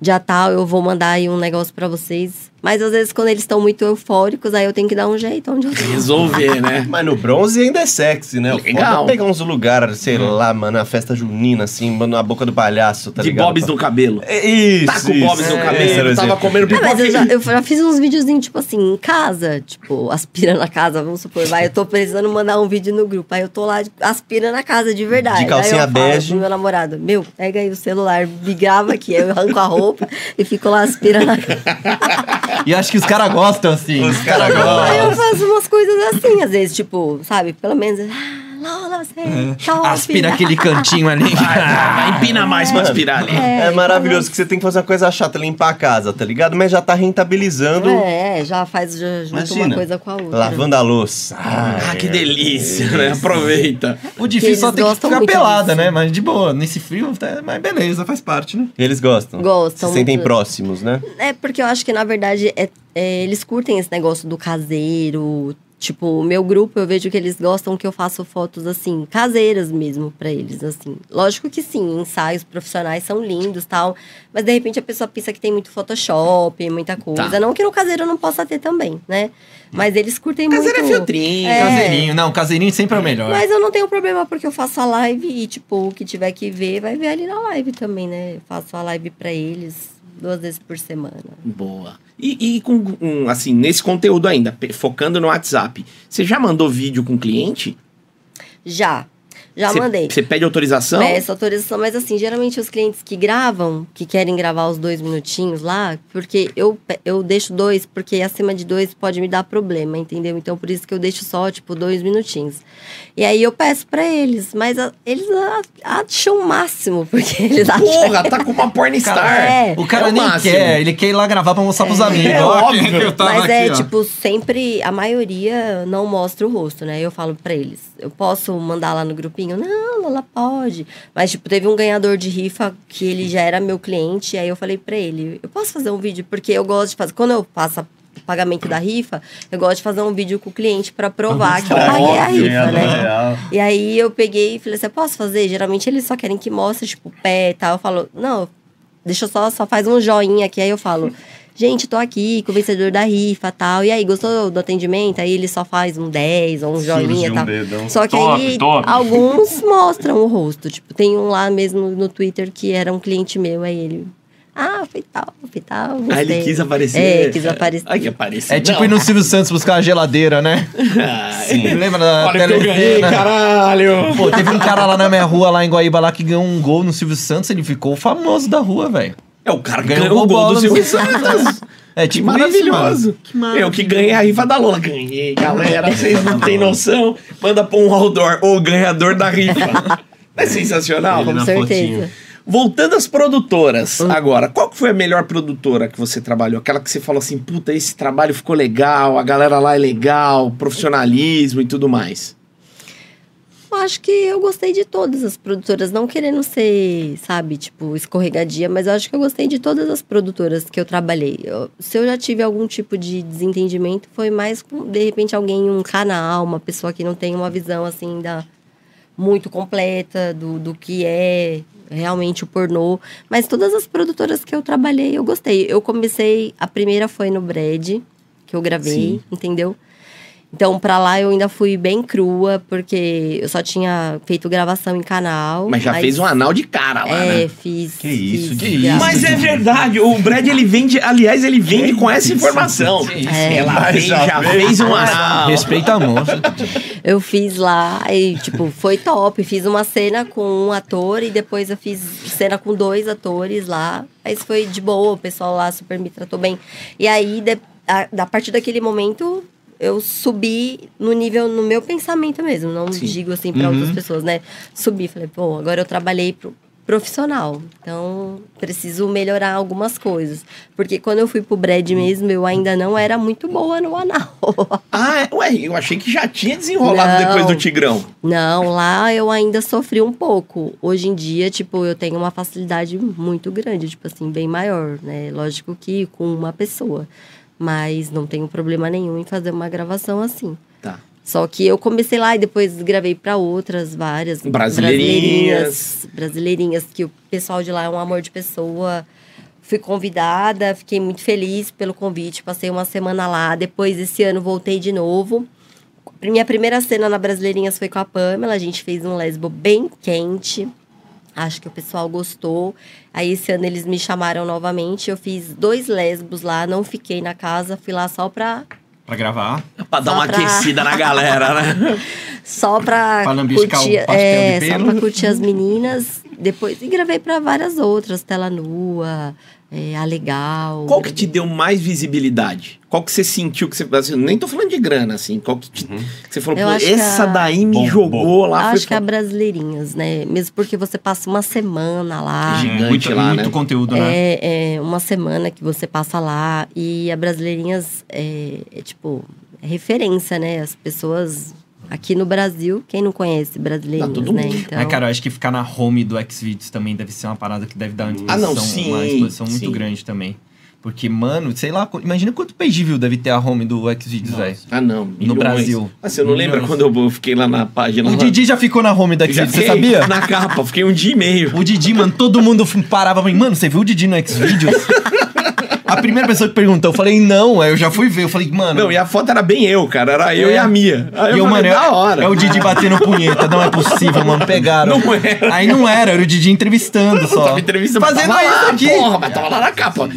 Já tal, eu vou mandar aí um negócio pra vocês. Mas às vezes, quando eles estão muito eufóricos, aí eu tenho que dar um jeito onde eu tô. Resolver, né? Mas no bronze ainda é sexy, né? O foda é Legal. Hum. pegar uns lugares, sei lá, mano, na festa junina, assim, mano, na boca do palhaço, tá de ligado? bobs no cabelo. É Isso, Tá com isso. bobs no É, cabelo, esse era o tava exemplo. comendo Ah, mas eu pipoca. já, eu já fiz uns videozinhos, tipo assim, em casa, tipo, aspira na casa, vamos supor, vai, eu tô precisando mandar um vídeo no grupo, aí eu tô lá, aspira na casa, de verdade. De calcinha aí eu falo bege. pro meu namorado, meu, pega aí o celular, me grava aqui, aí eu arranco a roupa e fico lá aspira na casa. E acho que os caras gostam, assim. Os caras Aí eu gostam. faço umas coisas assim, às vezes, tipo, sabe, pelo menos, ah, Lola, você É. tá Aspira ótima." aquele cantinho ali. Ah, empina mais pra aspirar ali. É É, maravilhoso que você tem que fazer uma coisa chata, limpar a casa, tá ligado? Mas já tá rentabilizando, É, já faz, já junta Imagina. uma coisa com a outra. lavando a louça. Ah, é. que delícia, né? Aproveita. O difícil Eles só tem que gostam ficar muito pelada, disso. né? Mas de boa, nesse frio, tá- mas beleza, faz parte, né? Eles gostam. Gostam Se sentem muito. próximos, né? É, porque eu acho que, na verdade, é- é, eles curtem esse negócio do caseiro. Tipo, o meu grupo, eu vejo que eles gostam que eu faço fotos, assim, caseiras mesmo pra eles, assim. Lógico que sim, ensaios profissionais são lindos tal. Mas, de repente, a pessoa pensa que tem muito Photoshop, muita coisa. Tá. Não que no caseiro não possa ter também, né? Mas eles curtem Caseiro é muito. filtrinho. É. Caseirinho, não, caseirinho sempre é o melhor. Mas eu não tenho problema porque eu faço a live e, tipo, o que tiver que ver, vai ver ali na live também, né? Eu faço a live pra eles duas vezes por semana. Boa. E, e com, um, assim, nesse conteúdo ainda, pe- focando no WhatsApp, você já mandou vídeo com cliente? Já. Já Você- mandei. Você pede autorização? Peço autorização, mas assim, geralmente os clientes que gravam, que querem gravar os dois minutinhos lá, porque eu, pe- eu deixo dois, porque acima de dois pode me dar problema, entendeu? Então por isso que eu deixo só, tipo, dois minutinhos. E aí eu peço pra eles, mas a- eles a- acham o máximo, porque eles acham. Porra, tá com uma pornstar. Cara, é. O cara É o nem máximo. quer, ele quer ir lá gravar pra mostrar pros amigos. É Ó, que óbvio. eu tava Mas é, aqui, ó. tipo, sempre a maioria não mostra o rosto, né? Eu falo pra eles, eu posso mandar lá no grupinho? Não, Lola, pode. Mas, tipo, teve um ganhador de rifa que ele já era meu cliente, e aí eu falei pra ele, eu posso fazer um vídeo? Porque eu gosto de fazer. Quando eu passo o pagamento da rifa, eu gosto de fazer um vídeo com o cliente pra provar que eu paguei a rifa, né? E aí eu peguei e falei assim, eu posso fazer? Geralmente eles só querem que mostre, tipo, pé e tal. Eu falo, não, deixa eu só, só faz um joinha aqui. Aí eu falo, gente, tô aqui com o vencedor da rifa e tal. E aí, gostou do atendimento? Aí ele só faz um 10 ou um joinha e tal. Só que aí alguns mostram o rosto. Tipo, tem um lá mesmo no Twitter que era um cliente meu, aí ele... Ah, foi tal, foi tal, Ah, ele gostei." quis aparecer. É, quis aparecer. Ai, que apareceu. É tipo ir no Silvio Santos buscar uma geladeira, né? Lembra da Olha o que eu ganhei, televisão? caralho. Pô, teve um cara lá na minha rua, lá em Guaíba, lá que ganhou um gol no Silvio Santos, ele ficou famoso da rua, velho. É o cara que Ganhou ganhou o gol bola do no Silvio Silvio Santos. É Que tipo maravilhoso. Isso, mano. Eu que ganhei a rifa da Lola. Ganhei, galera. Vocês não têm noção. Manda pra um outdoor. O ganhador da rifa. Não é sensacional? Com certeza. Voltando às produtoras Ah. agora, qual que foi a melhor produtora que você trabalhou? Aquela que você falou assim, puta, esse trabalho ficou legal, a galera lá é legal, profissionalismo e tudo mais. Eu acho que eu gostei de todas as produtoras, não querendo ser, sabe, tipo, escorregadia, mas eu acho que eu gostei de todas as produtoras que eu trabalhei. Eu- se eu já tive algum tipo de desentendimento, foi mais com, de repente, alguém, um canal, uma pessoa que não tem uma visão, assim, da, muito completa do, do que é realmente o pornô. Mas todas as produtoras que eu trabalhei, eu gostei. Eu comecei, a primeira foi no Brad, que eu gravei, Sim. entendeu? Então, pra lá eu ainda fui bem crua, porque eu só tinha feito gravação em canal. Mas já fez um anal de cara lá, É, né? fiz. Que isso, fiz que isso. grava- Mas é verdade, o Brad ele vende, aliás, ele vende com essa informação. É. Ela Mas fez, já já fez. fez um anal. Respeita a moça. Eu fiz lá, e, tipo, foi top. Fiz uma cena com um ator e depois eu fiz cena com dois atores lá. Mas foi de boa, o pessoal lá super me tratou bem. E aí, de, a, a partir daquele momento, eu subi no nível, no meu pensamento mesmo. Não Sim. digo assim pra outras pessoas, né? Subi, falei, pô, agora eu trabalhei pro profissional. Então, preciso melhorar algumas coisas. Porque quando eu fui pro Brad mesmo, eu ainda não era muito boa no anal. Ah, é- ué, eu achei que já tinha desenrolado Não. depois do Tigrão. Não, lá eu ainda sofri um pouco. Hoje em dia, tipo, eu tenho uma facilidade muito grande, tipo assim, bem maior, né? Lógico que com uma pessoa. Mas não tenho problema nenhum em fazer uma gravação assim. Tá. Só que eu comecei lá e depois gravei pra outras várias Brasileirinhas. brasileirinhas, brasileirinhas, que o pessoal de lá é um amor de pessoa. Fui convidada, fiquei muito feliz pelo convite, passei uma semana lá. Depois, esse ano, voltei de novo. Minha primeira cena na Brasileirinhas foi com a Pamela. A gente fez um lesbo bem quente. Acho que o pessoal gostou. Aí esse ano eles me chamaram novamente. Eu fiz dois lesbos lá, não fiquei na casa, fui lá só pra. Pra gravar. né? Pra dar Só uma pra- aquecida na galera, né? Só pra. Pra lambiscar o curtir, pastel de é, só pelo. pra curtir as meninas. Depois. E gravei pra várias outras, Tela Nua, é, A Legal. Qual que te deu mais visibilidade? Qual que você sentiu que você. assim, nem tô falando de grana, assim. Qual que, te- Uhum. que você falou, Eu pô, acho que essa a- daí me Bombou. jogou lá. Acho que é foi... Brasileirinhas, né? Mesmo porque você passa uma semana lá. Gigante muito, lá, muito né? conteúdo, né? É, é uma semana que você passa lá e a Brasileirinhas é, é, tipo é referência, né? As pessoas aqui no Brasil, quem não conhece Brasileirinhas, Não, todo né? mundo. Então, É, cara, eu acho que ficar na home do Xvideos também deve ser uma parada que deve dar uma Ah, exposição, não, sim, uma exposição muito sim. grande também. Porque, mano, sei lá, co- imagina quanto page view deve ter a home do Xvideos, velho. Ah, não. milhões. Brasil. Ah, você não lembra Milhões. quando eu fiquei lá na página? O lá? Didi já ficou na home do Eu já Xvideos, você fiquei sabia? Na capa, fiquei um dia e meio. O Didi, mano, todo mundo f- parava pra mim, mano, você viu o Didi no Xvideos? a primeira pessoa que perguntou, eu falei, não, aí eu já fui ver, eu falei, mano. Não, e a foto era bem eu, cara. Era eu É. e a Mia. Aí E eu, eu, falei, mano, da é- hora. É o Didi batendo punheta, não é possível, mano. Pegaram. Não era. Aí não era, era o Didi entrevistando Eu só. tava entrevistando. Fazendo tava isso lá, aqui. Porra, mas tava lá na capa.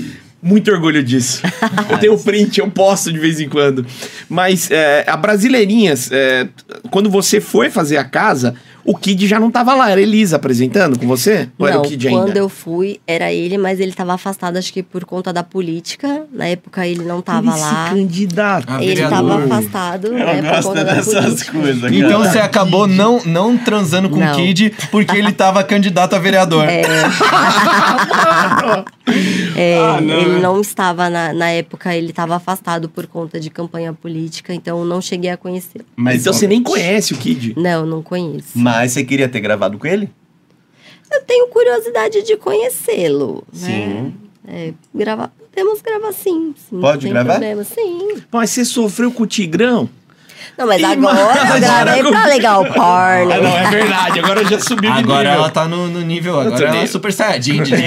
Muito orgulho disso. Eu tenho print, eu posto de vez em quando. Mas é, a Brasileirinhas, é, quando você foi fazer a casa, o Kid já não tava lá. Era a Elisa apresentando com você? Ou era não, o Kid ainda? quando eu fui, era ele, mas ele tava afastado, acho que por conta da política. Na época ele não tava Ele lá. se candidato. Ah, Ele vereador. tava afastado, né? Ela Por gosta conta da dessas política. coisas, cara. Então você acabou não, não transando com o Não. Kid porque ele tava candidato a vereador. É, Ah, não, ele né? não estava na, na época, ele estava afastado por conta de campanha política, então não cheguei a conhecer. Mas, então você nem conhece o Kid. Não, não conheço. Mas você queria ter gravado com ele? Eu tenho curiosidade de conhecê-lo. Né? É, gravar, podemos gravar sim. sim Pode sem gravar? Problema, sim. Mas você sofreu com o Tigrão? Não, mas Ih, agora eu mas gravei agora- pra legal Ah, Parley. não, é verdade. Agora já subiu Agora de nível. ela tá no, no nível, agora Outro ela é nível. super saiyajin. Didi.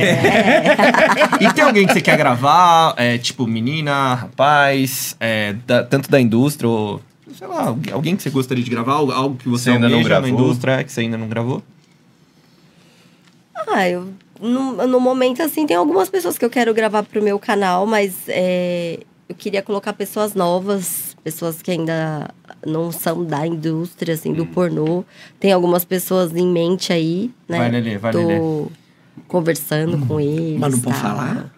E tem alguém que você quer gravar, é, tipo menina, rapaz, é, da- tanto da indústria ou, sei lá, algu- alguém que você gostaria de gravar, algo- algo que você Você ainda não almeja na gravou? indústria que você ainda não gravou? Ah, eu, no, no momento, assim, tem algumas pessoas que eu quero gravar pro meu canal, mas é, eu queria colocar pessoas novas, pessoas que ainda não são da indústria, assim, Hum. do pornô. Tem algumas pessoas em mente aí, né? Vai, Lelê, vai, Tô Lelê. Hum. conversando com eles. Mas não pode tal. falar?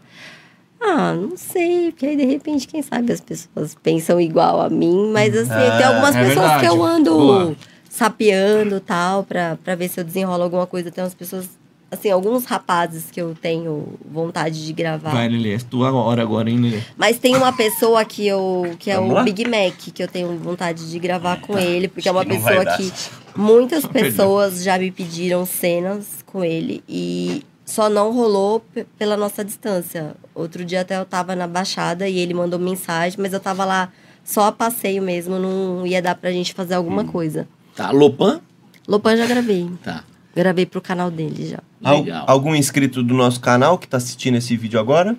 Ah, não sei, porque aí de repente, quem sabe as pessoas pensam igual a mim, mas assim, tem algumas é pessoas que eu verdade. ando Boa. sapeando tal, pra, pra ver se eu desenrolo alguma coisa. Tem umas pessoas, assim, alguns rapazes que eu tenho vontade de gravar. Vai, Lelê, é tua hora agora, hein, Lelê? Mas tem uma pessoa que eu. que é Vamos o lá? Ah, tá. Big Mac, que eu tenho vontade de gravar com ele, porque é uma Acho que não vai pessoa dar. que muitas perdi. pessoas já me pediram cenas com ele e só não rolou p- pela nossa distância. Outro dia até eu tava na baixada e ele mandou mensagem, mas eu tava lá só a passeio mesmo, não ia dar pra gente fazer alguma Hum. coisa. Tá, Lopan? Lopan já gravei. Tá. Gravei pro canal dele já. Al- Legal. algum inscrito do nosso canal que tá assistindo esse vídeo agora?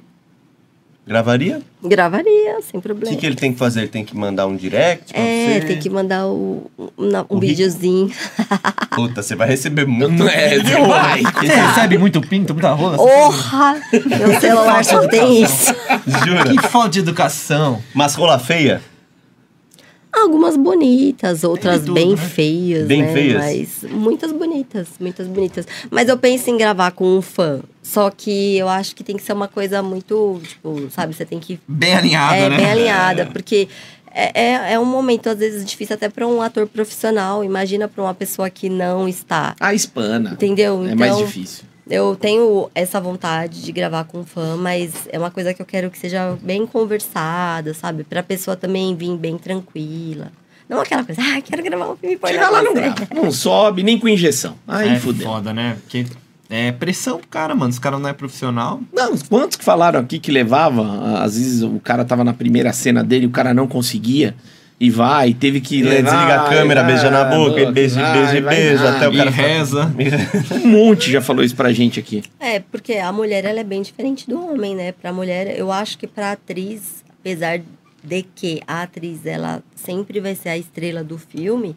Gravaria? Gravaria, O sem que, problema. que ele tem que fazer? Ele tem que mandar um direct pra É, você? tem que mandar o- um, um O vídeo. videozinho. Puta, você vai receber muito. Não é, você vai. Ah, Você tá. recebe muito pinto, muita rola? Porra! Meu celular só tem isso. Jura? Que falta de educação. Mas rola feia? Algumas bonitas, outras tudo, bem né? feias, Bem né? feias. Mas muitas bonitas, muitas bonitas. Mas eu penso em gravar com um fã. Só que eu acho que tem que ser uma coisa muito, tipo, sabe? Você tem que Bem alinhada, é, né? bem alinhada, porque é, é, é um momento, às vezes, difícil até pra um ator profissional. Imagina pra uma pessoa que não está, A hispana. entendeu? É mais difícil. Eu tenho essa vontade de gravar com fã, mas é uma coisa que eu quero que seja bem conversada, sabe? Pra pessoa também vir bem tranquila. Não aquela coisa, ah, quero gravar um filme pornô Chega lá, com não você." grava. Não sobe, nem com injeção. Aí é fudeu. foda, né? Porque é pressão pro cara, mano. Esse cara não é profissional. Não, os quantos que falaram aqui que levava, às vezes o cara tava na primeira cena dele, o cara não conseguia. E vai, teve que Ele levar, desliga a câmera, vai, beija na boca, e beija, vai, beija, vai, beija, vai. até É, o E cara tá- fala- reza. Um monte já falou isso pra gente aqui. É, porque a mulher ela é bem diferente do homem, né? Pra mulher, eu acho que pra atriz, apesar de que a atriz ela sempre vai ser a estrela do filme,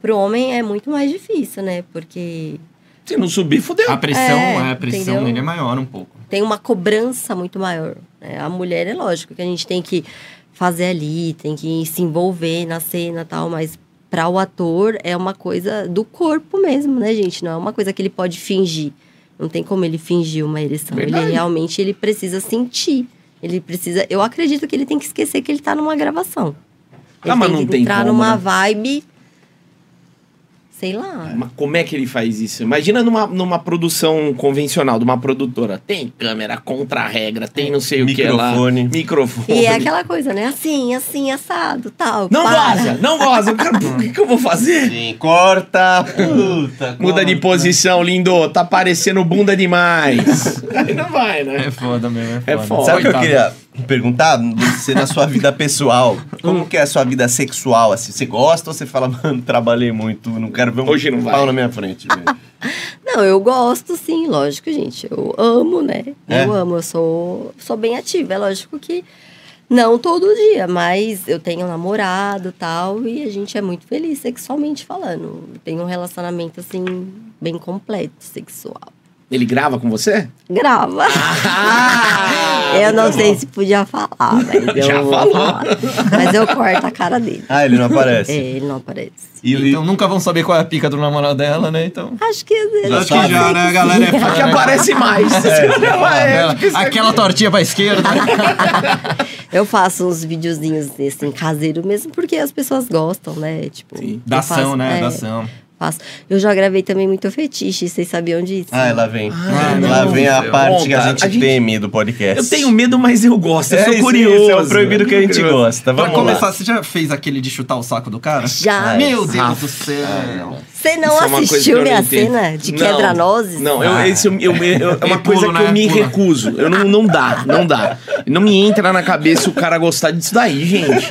pro homem é muito mais difícil, né? Porque Se não subir, fudeu. A pressão, É, é, a pressão entendeu? nele é maior um pouco. tem uma cobrança muito maior. né? A mulher é lógico que a gente tem que fazer ali, tem que se envolver na cena e tal, mas para o ator é uma coisa do corpo mesmo, né, gente? Não é uma coisa que ele pode fingir. Não tem como ele fingir uma ereção. Verdade. Ele realmente ele precisa sentir. Ele precisa. Eu acredito que ele tem que esquecer que ele tá numa gravação. Ele Ah, mas não que tem entrar como, numa né? vibe. Sei lá. Mas como é que ele faz isso? Imagina numa, numa produção convencional, de uma produtora. Tem câmera, contra-regra, tem não sei o que lá. Microfone. Microfone. E é aquela coisa, né? Assim, assim, assado, tal. Não para. goza, não goza. Cara, O que, que eu vou fazer? Sim, corta, puta. Muda corta. de posição, lindo. Tá parecendo bunda demais. Aí não vai, né? É foda mesmo, É é foda. foda. Sabe o que eu Coitado. queria perguntar? Você na sua vida pessoal, como que é a sua vida sexual? Assim, você gosta ou você fala, mano, trabalhei muito, não quero ver um Hoje não vai." pau na minha frente, velho. Não, eu gosto sim, lógico, gente. Eu amo, né? É? Eu amo, eu sou, sou bem ativa. É lógico que não todo dia, mas eu tenho um namorado tal, e a gente é muito feliz sexualmente falando. Tem um relacionamento, assim, bem completo, sexual. Ele grava com você? Grava. eu não sei se podia falar, mas eu Já vou falou. falar. Mas eu corto a cara dele. Ah, ele não aparece. É, ele não aparece. E, e- Então nunca vão saber qual é a pica do namorado dela, né? Então. Acho que ele Acho que já, né? A galera é Que aparece mais. É, acho que isso é- Aquela tortinha pra esquerda. Eu faço uns videozinhos assim, caseiro mesmo, porque as pessoas gostam, né? Tipo, eu da faço- ação, né? é, Da ação. faço. Eu já gravei também muito fetiche, vocês sabiam disso? Ah, lá vem. Ah, lá não, vem a meu. parte que a Conta, gente, a gente- teme do podcast. Eu tenho medo, mas eu gosto. Eu É, sou isso, curioso. isso é o proibido que a gente Curioso. gosta. Vamos pra começar, lá. você já fez aquele de chutar o saco do cara? Já. Meu Deus Rafa. do céu. Você Isso não é uma coisa que eu assistiu não minha entendo. cena de Não, quebra-nozes? Não, eu, esse, eu, eu- eu- é uma E coisa pulo, que eu né? me Pula. recuso. Eu não, não dá, não dá. Não me entra na cabeça o cara gostar disso daí, gente.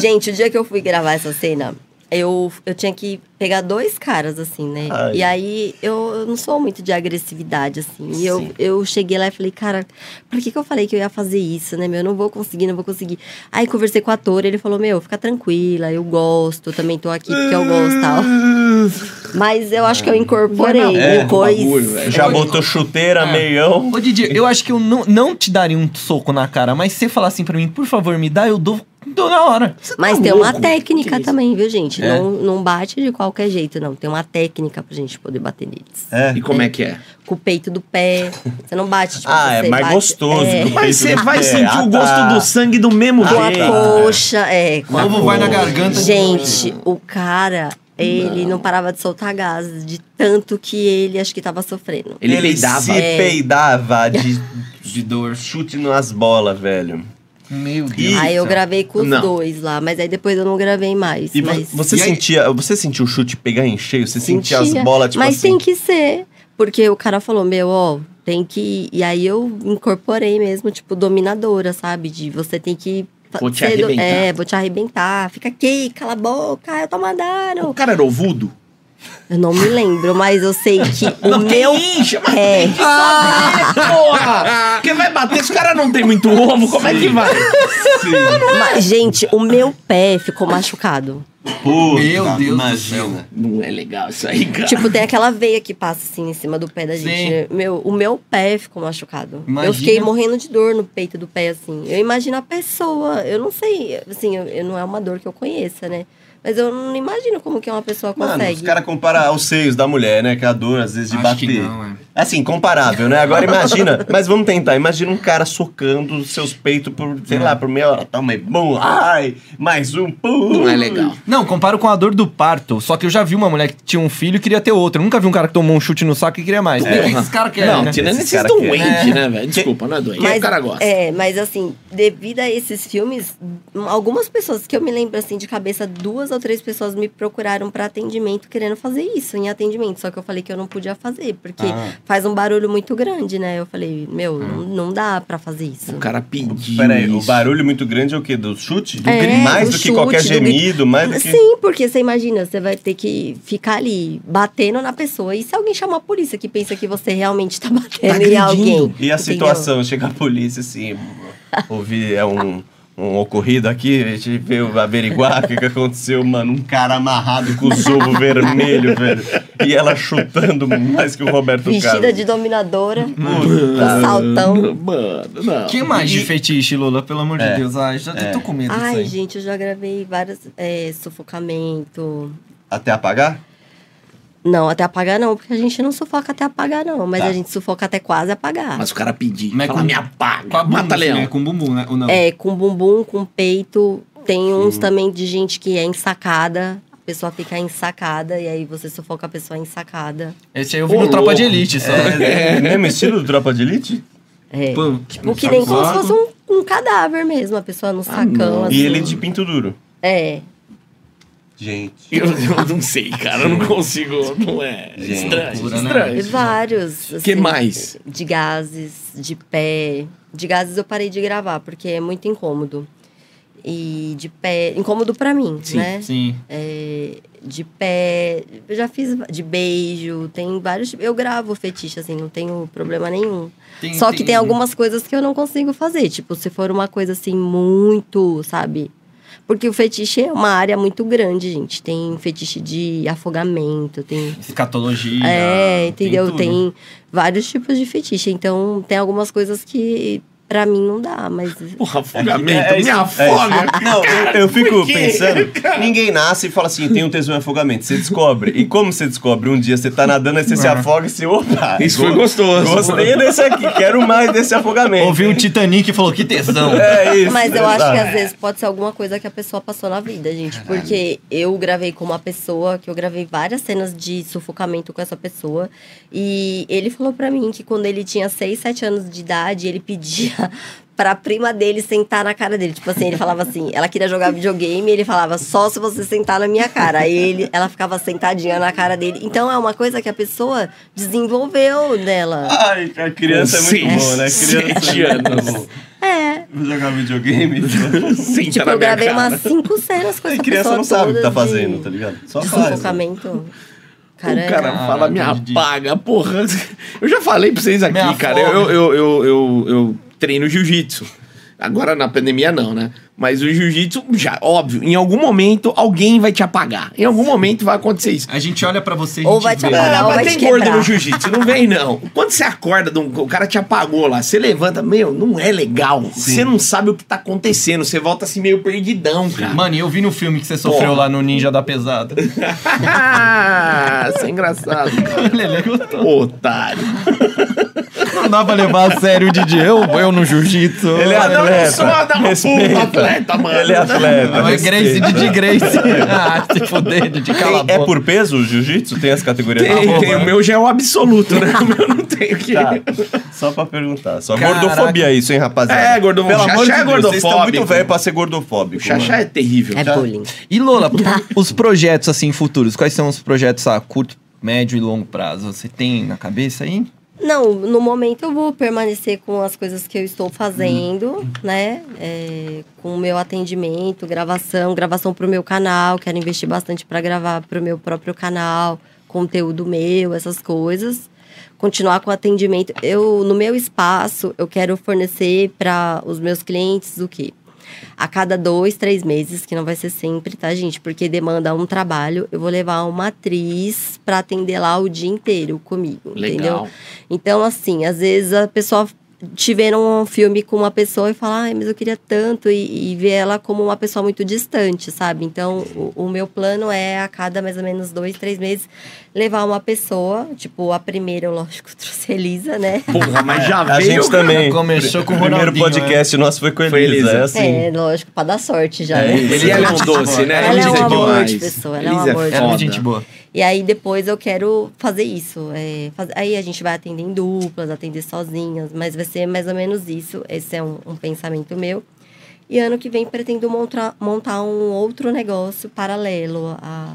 Gente, o dia que eu fui gravar essa cena, eu, eu tinha que pegar dois caras, assim, né? Ai. E aí eu, eu não sou muito de agressividade, assim. E eu, Sim. eu cheguei lá e falei, cara, por que, que eu falei que eu ia fazer isso, né? Meu, eu não vou conseguir, não vou conseguir. Aí conversei com o ator, ele falou, meu, fica tranquila, eu gosto, eu também tô aqui porque eu gosto tá? e tal. Mas eu acho que eu incorporei né, É, depois. tá bagulho, velho. Já botou chuteira, Ah. meião. Ô, Didi, eu acho que eu não, não te daria um soco na cara, mas se você falar assim pra mim, por favor, me dá, eu dou, dou na hora. Mas tá tem uma louco? Que técnica isso? também, viu, gente? É. Não, não bate de qualquer jeito, não. Tem uma técnica pra gente poder bater neles. É. E como é que é? com o peito do pé. Você não bate, tipo, Ah, é você mais bate, gostoso É, do Mas você peito do vai pé. sentir Ah, o gosto tá. do sangue do mesmo com a Ah, jeito. tá. coxa, é. Com O ovo a... vai na garganta. Gente, o cara, ele não. parava de soltar gases de tanto que ele acho que tava sofrendo. Ele se peidava. É. peidava de De dor. chute nas bolas, velho. Meu E- Deus. Aí eu gravei com os Não. dois lá, mas aí depois eu não gravei mais. E vo- mas você E aí- sentia, você sentiu o chute pegar em cheio? Você sentia, Sentia. as bolas, tipo mas assim... tem que ser. Porque o cara falou, meu, ó, tem que. E aí eu incorporei mesmo, tipo, dominadora, sabe? De você tem que. fa- Vou te ser do- arrebentar. É, vou te arrebentar. Fica aqui, cala a boca, eu tô mandando. O cara era ovudo? Eu não me lembro, mas eu sei que o Não, meu. tem incha, mas É. tem que saber, porra! Porque vai bater, se o cara não tem muito ovo, como é que vai? Mas, gente, o meu pé ficou machucado. Puta, Meu Deus do céu. Não é legal isso aí, cara. Tipo, tem aquela veia que passa assim em cima do pé da gente. né? Sim. Meu, o meu pé ficou machucado. Imagina. Eu fiquei morrendo de dor no peito do pé, assim. Eu imagino a pessoa. Eu não sei, assim, eu, eu- não é uma dor que eu conheça, né? Mas eu não imagino como que uma pessoa Mano, os consegue. caras comparam aos seios da mulher, né? Que é a dor, às vezes, de Acho bater. que não, é. Assim, comparável, né? Agora imagina, mas vamos tentar. Imagina um cara socando os seus peitos por, sei É. lá, por meia hora. Toma aí, bum, ai, mais um, pum. Não é legal. Não, comparo com a dor do parto. Só que eu já vi uma mulher que tinha um filho e queria ter outro. Eu nunca vi um cara que tomou um chute no saco e queria mais. É. O que esse cara quer, não, né? tirando Esse esses cara doentes, quer. né, velho? Desculpa, não é doente. Mas, o cara gosta. É, mas assim, devido a esses filmes, algumas pessoas que eu me lembro assim de cabeça, duas duas ou três pessoas me procuraram para atendimento querendo fazer isso em atendimento. Só que eu falei que eu não podia fazer, porque Ah. faz um barulho muito grande, né? Eu falei, meu, Ah. não, não dá para fazer isso. O cara pediu. Peraí, o isso. barulho muito grande é o quê? Do chute? Do É, grito? mais do do que chute, qualquer do gemido, mais do que. Sim, porque você imagina, você vai ter que ficar ali batendo na pessoa. E se alguém chamar a polícia que pensa que você realmente tá batendo em agredindo. alguém? E a entendeu? situação, chega a polícia assim, ouvir é um, um ocorrido aqui, a gente veio averiguar o que, que aconteceu, mano. Um cara amarrado com o zobo vermelho, velho. E ela chutando mais que o Roberto Vestida Carlos. de dominadora, Puta. saltão. Mano, não. tipo, que mais de E- fetiche, Lula? Pelo amor de É, Deus. Ai, já é. tô com medo disso Ai, aí. gente, eu já gravei vários é, sufocamento. Até apagar? Não, até apagar não, porque a gente não sufoca até apagar, não. Mas Tá. a gente sufoca até quase apagar. Mas o cara pediu. Mas Fala, com- me apaga. Com a bunda, Mata assim, leão. né? Com bumbum, né? Ou não? É, com bumbum, com peito. Tem uns também de gente que é ensacada. A pessoa fica ensacada e aí você sufoca a pessoa ensacada. Esse aí eu vi Ô, no Tropa louco. de Elite, só. É, mesmo estilo do Tropa de Elite? É. Pô, é? Tipo, que nem como se saco. fosse um, um cadáver mesmo, a pessoa no sacão. não. assim. E ele de pinto duro. É. Gente. Eu, eu não sei, cara. Eu não consigo. Não é. Gente, estranho. loucura, né? E estranho. vários. É que assim, mais? De gases, de pé. De gases eu parei de gravar, porque é muito incômodo. E de pé. Incômodo pra mim, Sim, né? Sim. É, de pé. Eu já fiz de beijo. Tem vários. Eu gravo fetiche, assim, não tenho problema nenhum. Só que tem algumas coisas que eu não consigo fazer. Tipo, se for uma coisa assim, muito, sabe? Porque o fetiche é uma área muito grande, gente. Tem fetiche de afogamento, tem. Escatologia. É, entendeu? ah, tudo. Tem, vários tipos de fetiche. Então, tem algumas coisas que pra mim não dá, mas. Porra, afogamento. É, é me isso- afoga. é isso. Não, eu, eu fico por quê, pensando, ninguém nasce e fala assim, tem um tesão em afogamento. Você descobre. E como você descobre? Um dia você tá nadando, aí você se afoga e você, opa! Uhum. Isso foi gostoso. Gostei desse aqui, quero mais desse afogamento. Ouvi um Titanic e falou, que tesão. É isso. Mas eu acho exato. que às vezes pode ser alguma coisa que a pessoa passou na vida, gente. Porque eu gravei com uma pessoa, que eu gravei várias cenas de sufocamento com essa pessoa. E ele falou pra mim que quando ele tinha 6, 7 anos de idade, ele pedia pra prima dele sentar na cara dele. Tipo assim, ele falava assim, ela queria jogar videogame, ele falava, só se você sentar na minha cara. Aí ele, ela ficava sentadinha na cara dele. Então é uma coisa que a pessoa desenvolveu nela. Ai, a criança é muito Seis, boa, né? Criança sete é muito anos. boa. É. Vou jogar videogame. né? Senta Tipo, na eu minha gravei cara. umas cinco cenas com E essa criança pessoa não sabe o que tá toda de- fazendo, tá ligado? Só né? faz. Sufocamento. O cara Caramba. fala, me entendi. apaga, porra. Eu já falei pra vocês aqui, Me cara. afoga. Eu, eu, eu, eu, eu treino jiu-jitsu. Agora na pandemia não, né? Mas o jiu-jitsu, já, óbvio, em algum momento alguém vai te apagar. Em algum momento vai acontecer isso. A gente olha pra você e Ou a gente vai te vê. apagar, Ah, Não, mas vai tem te gordo quebrar. no jiu-jitsu, não vem não. Quando você acorda, de um- o cara te apagou lá, você levanta, meu, não é legal. Você não sabe o que tá acontecendo, você volta assim meio perdidão, cara. Mano, e eu vi no filme que você sofreu Porra. lá no Ninja da Pesada. isso é engraçado. Lelê é gostou. Otário. Não dá pra levar a sério o Didi. Eu, eu no jiu-jitsu. Ah, Ele é Olha, Não, atleta. não só dá um pulo Respeita. atleta, mano. Ele é atleta. Vai Grace, respeita. Didi Grace. Ah, se fuder, Didi, cala a É boca. por peso o jiu-jitsu? Tem as categorias? Tem, Ah, bom, tem, né? o meu já é o absoluto, né? O meu não tem o que. Tá, só pra perguntar. Só Caraca. gordofobia isso, hein, rapaziada? É, gordo- Pelo Xaxá amor de é Deus, vocês estão gordofóbico. muito velho pra ser gordofóbico. O Xaxá mano. é terrível. É bullying. E Lola, os projetos assim futuros, quais são os projetos a curto, médio e longo prazo? Você tem na cabeça aí? Não, no momento eu vou permanecer com as coisas que eu estou fazendo, né? É, com o meu atendimento, gravação, gravação pro meu canal. Quero investir bastante para gravar pro meu próprio canal, conteúdo meu, essas coisas. Continuar com o atendimento. Eu, no meu espaço, eu quero fornecer para os meus clientes o quê? A cada dois, três meses, que não vai ser sempre, tá, gente? Porque demanda um trabalho. Eu vou levar uma atriz para atender lá o dia inteiro comigo, entendeu? Legal. Então, assim, às vezes a pessoa tiveram um filme com uma pessoa e fala, ai, mas eu queria tanto, e, e ver ela como uma pessoa muito distante, sabe? Então, o, o meu plano é a cada mais ou menos dois, três meses, levar uma pessoa, tipo, a primeira, eu, lógico, trouxe a Elisa, né? Porra, mas já A veio. gente também. é Começou com o o primeiro Ronaldinho, né? podcast nosso foi com a Foi Elisa. Elisa. É assim. É, lógico, pra dar sorte já. É né? isso. Ele é um doce, né? Ela é um Elisa amor demais. de pessoa, ela é um Elisa amor de Era uma foda. gente boa. E aí depois eu quero fazer isso. é, faz- Aí a gente vai atender em duplas, atender sozinhas, mas vai ser mais ou menos isso. Esse é um, um pensamento meu. E ano que vem pretendo montar, montar um outro negócio paralelo à,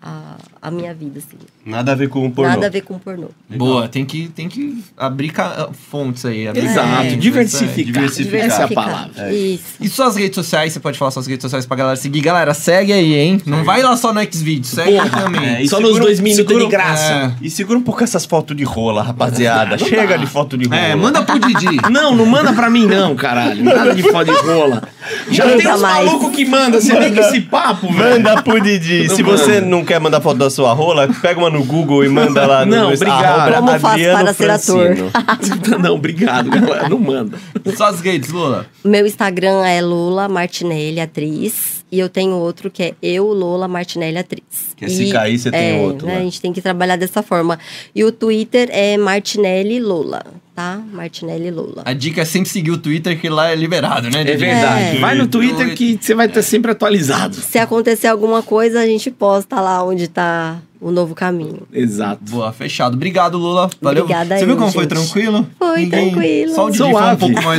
à, à minha vida, assim. Nada a ver com o pornô. Nada a ver com pornô. Boa, tem que, tem que abrir ca- fontes aí. abrir Exato, fontes, diversificar. tá- É, diversificar. Essa é a palavra. Isso. é. E suas redes sociais, você pode falar suas redes sociais pra galera seguir. Galera, segue aí, hein? Não vai lá só no Xvideos, segue aí Porra, também. é, e Só nos segura- dois minutos segura- de graça. E segura um pouco essas fotos de rola, rapaziada. Não dá, não Chega dá. de foto de rola. É, manda pro Didi. Não, não manda pra mim não, caralho. Nada de foda de rola. Já Manda tem uns mais. malucos que manda. Você vem com esse papo, velho. Manda pro Didi. Não Se manda. você não quer mandar foto da sua rola, pega uma no Google e manda lá no Não, no- obrigado. arroba Como faço Adriano para ser ator? Francino. Não, obrigado, galera. Não manda. Suas redes, Lula. Meu Instagram é Lola Martinelli Atriz. E eu tenho outro que é Eu Lola Martinelli Atriz. Que se E- cair, você tem é, outro, né, né? A gente tem que trabalhar dessa forma. E o Twitter é Martinelli Lola, tá? Martinelli Lola. A dica é sempre seguir o Twitter, que lá é liberado, né? É Didi? verdade. É. Vai no Twitter que você vai estar sempre atualizado. Se acontecer alguma coisa, a gente posta lá onde tá o novo caminho. Exato. Boa, fechado. Obrigado, Lula. Valeu. Obrigada Você viu eu, como foi gente. tranquilo? Foi tranquilo. Só o Didi foi um Suave. pouco mais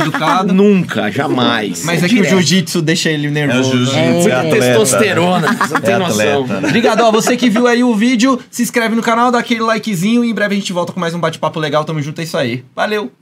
educado. Nunca, jamais. Mas é que o jiu-jitsu deixa ele nervoso. É né? o jiu-jitsu, É. é atleta. Testosterona, você não tem É noção. atleta. Obrigado, ó, você que viu aí o vídeo, se inscreve no canal, dá aquele likezinho e em breve a gente volta com mais um bate-papo legal. Tamo junto, é isso aí. Valeu!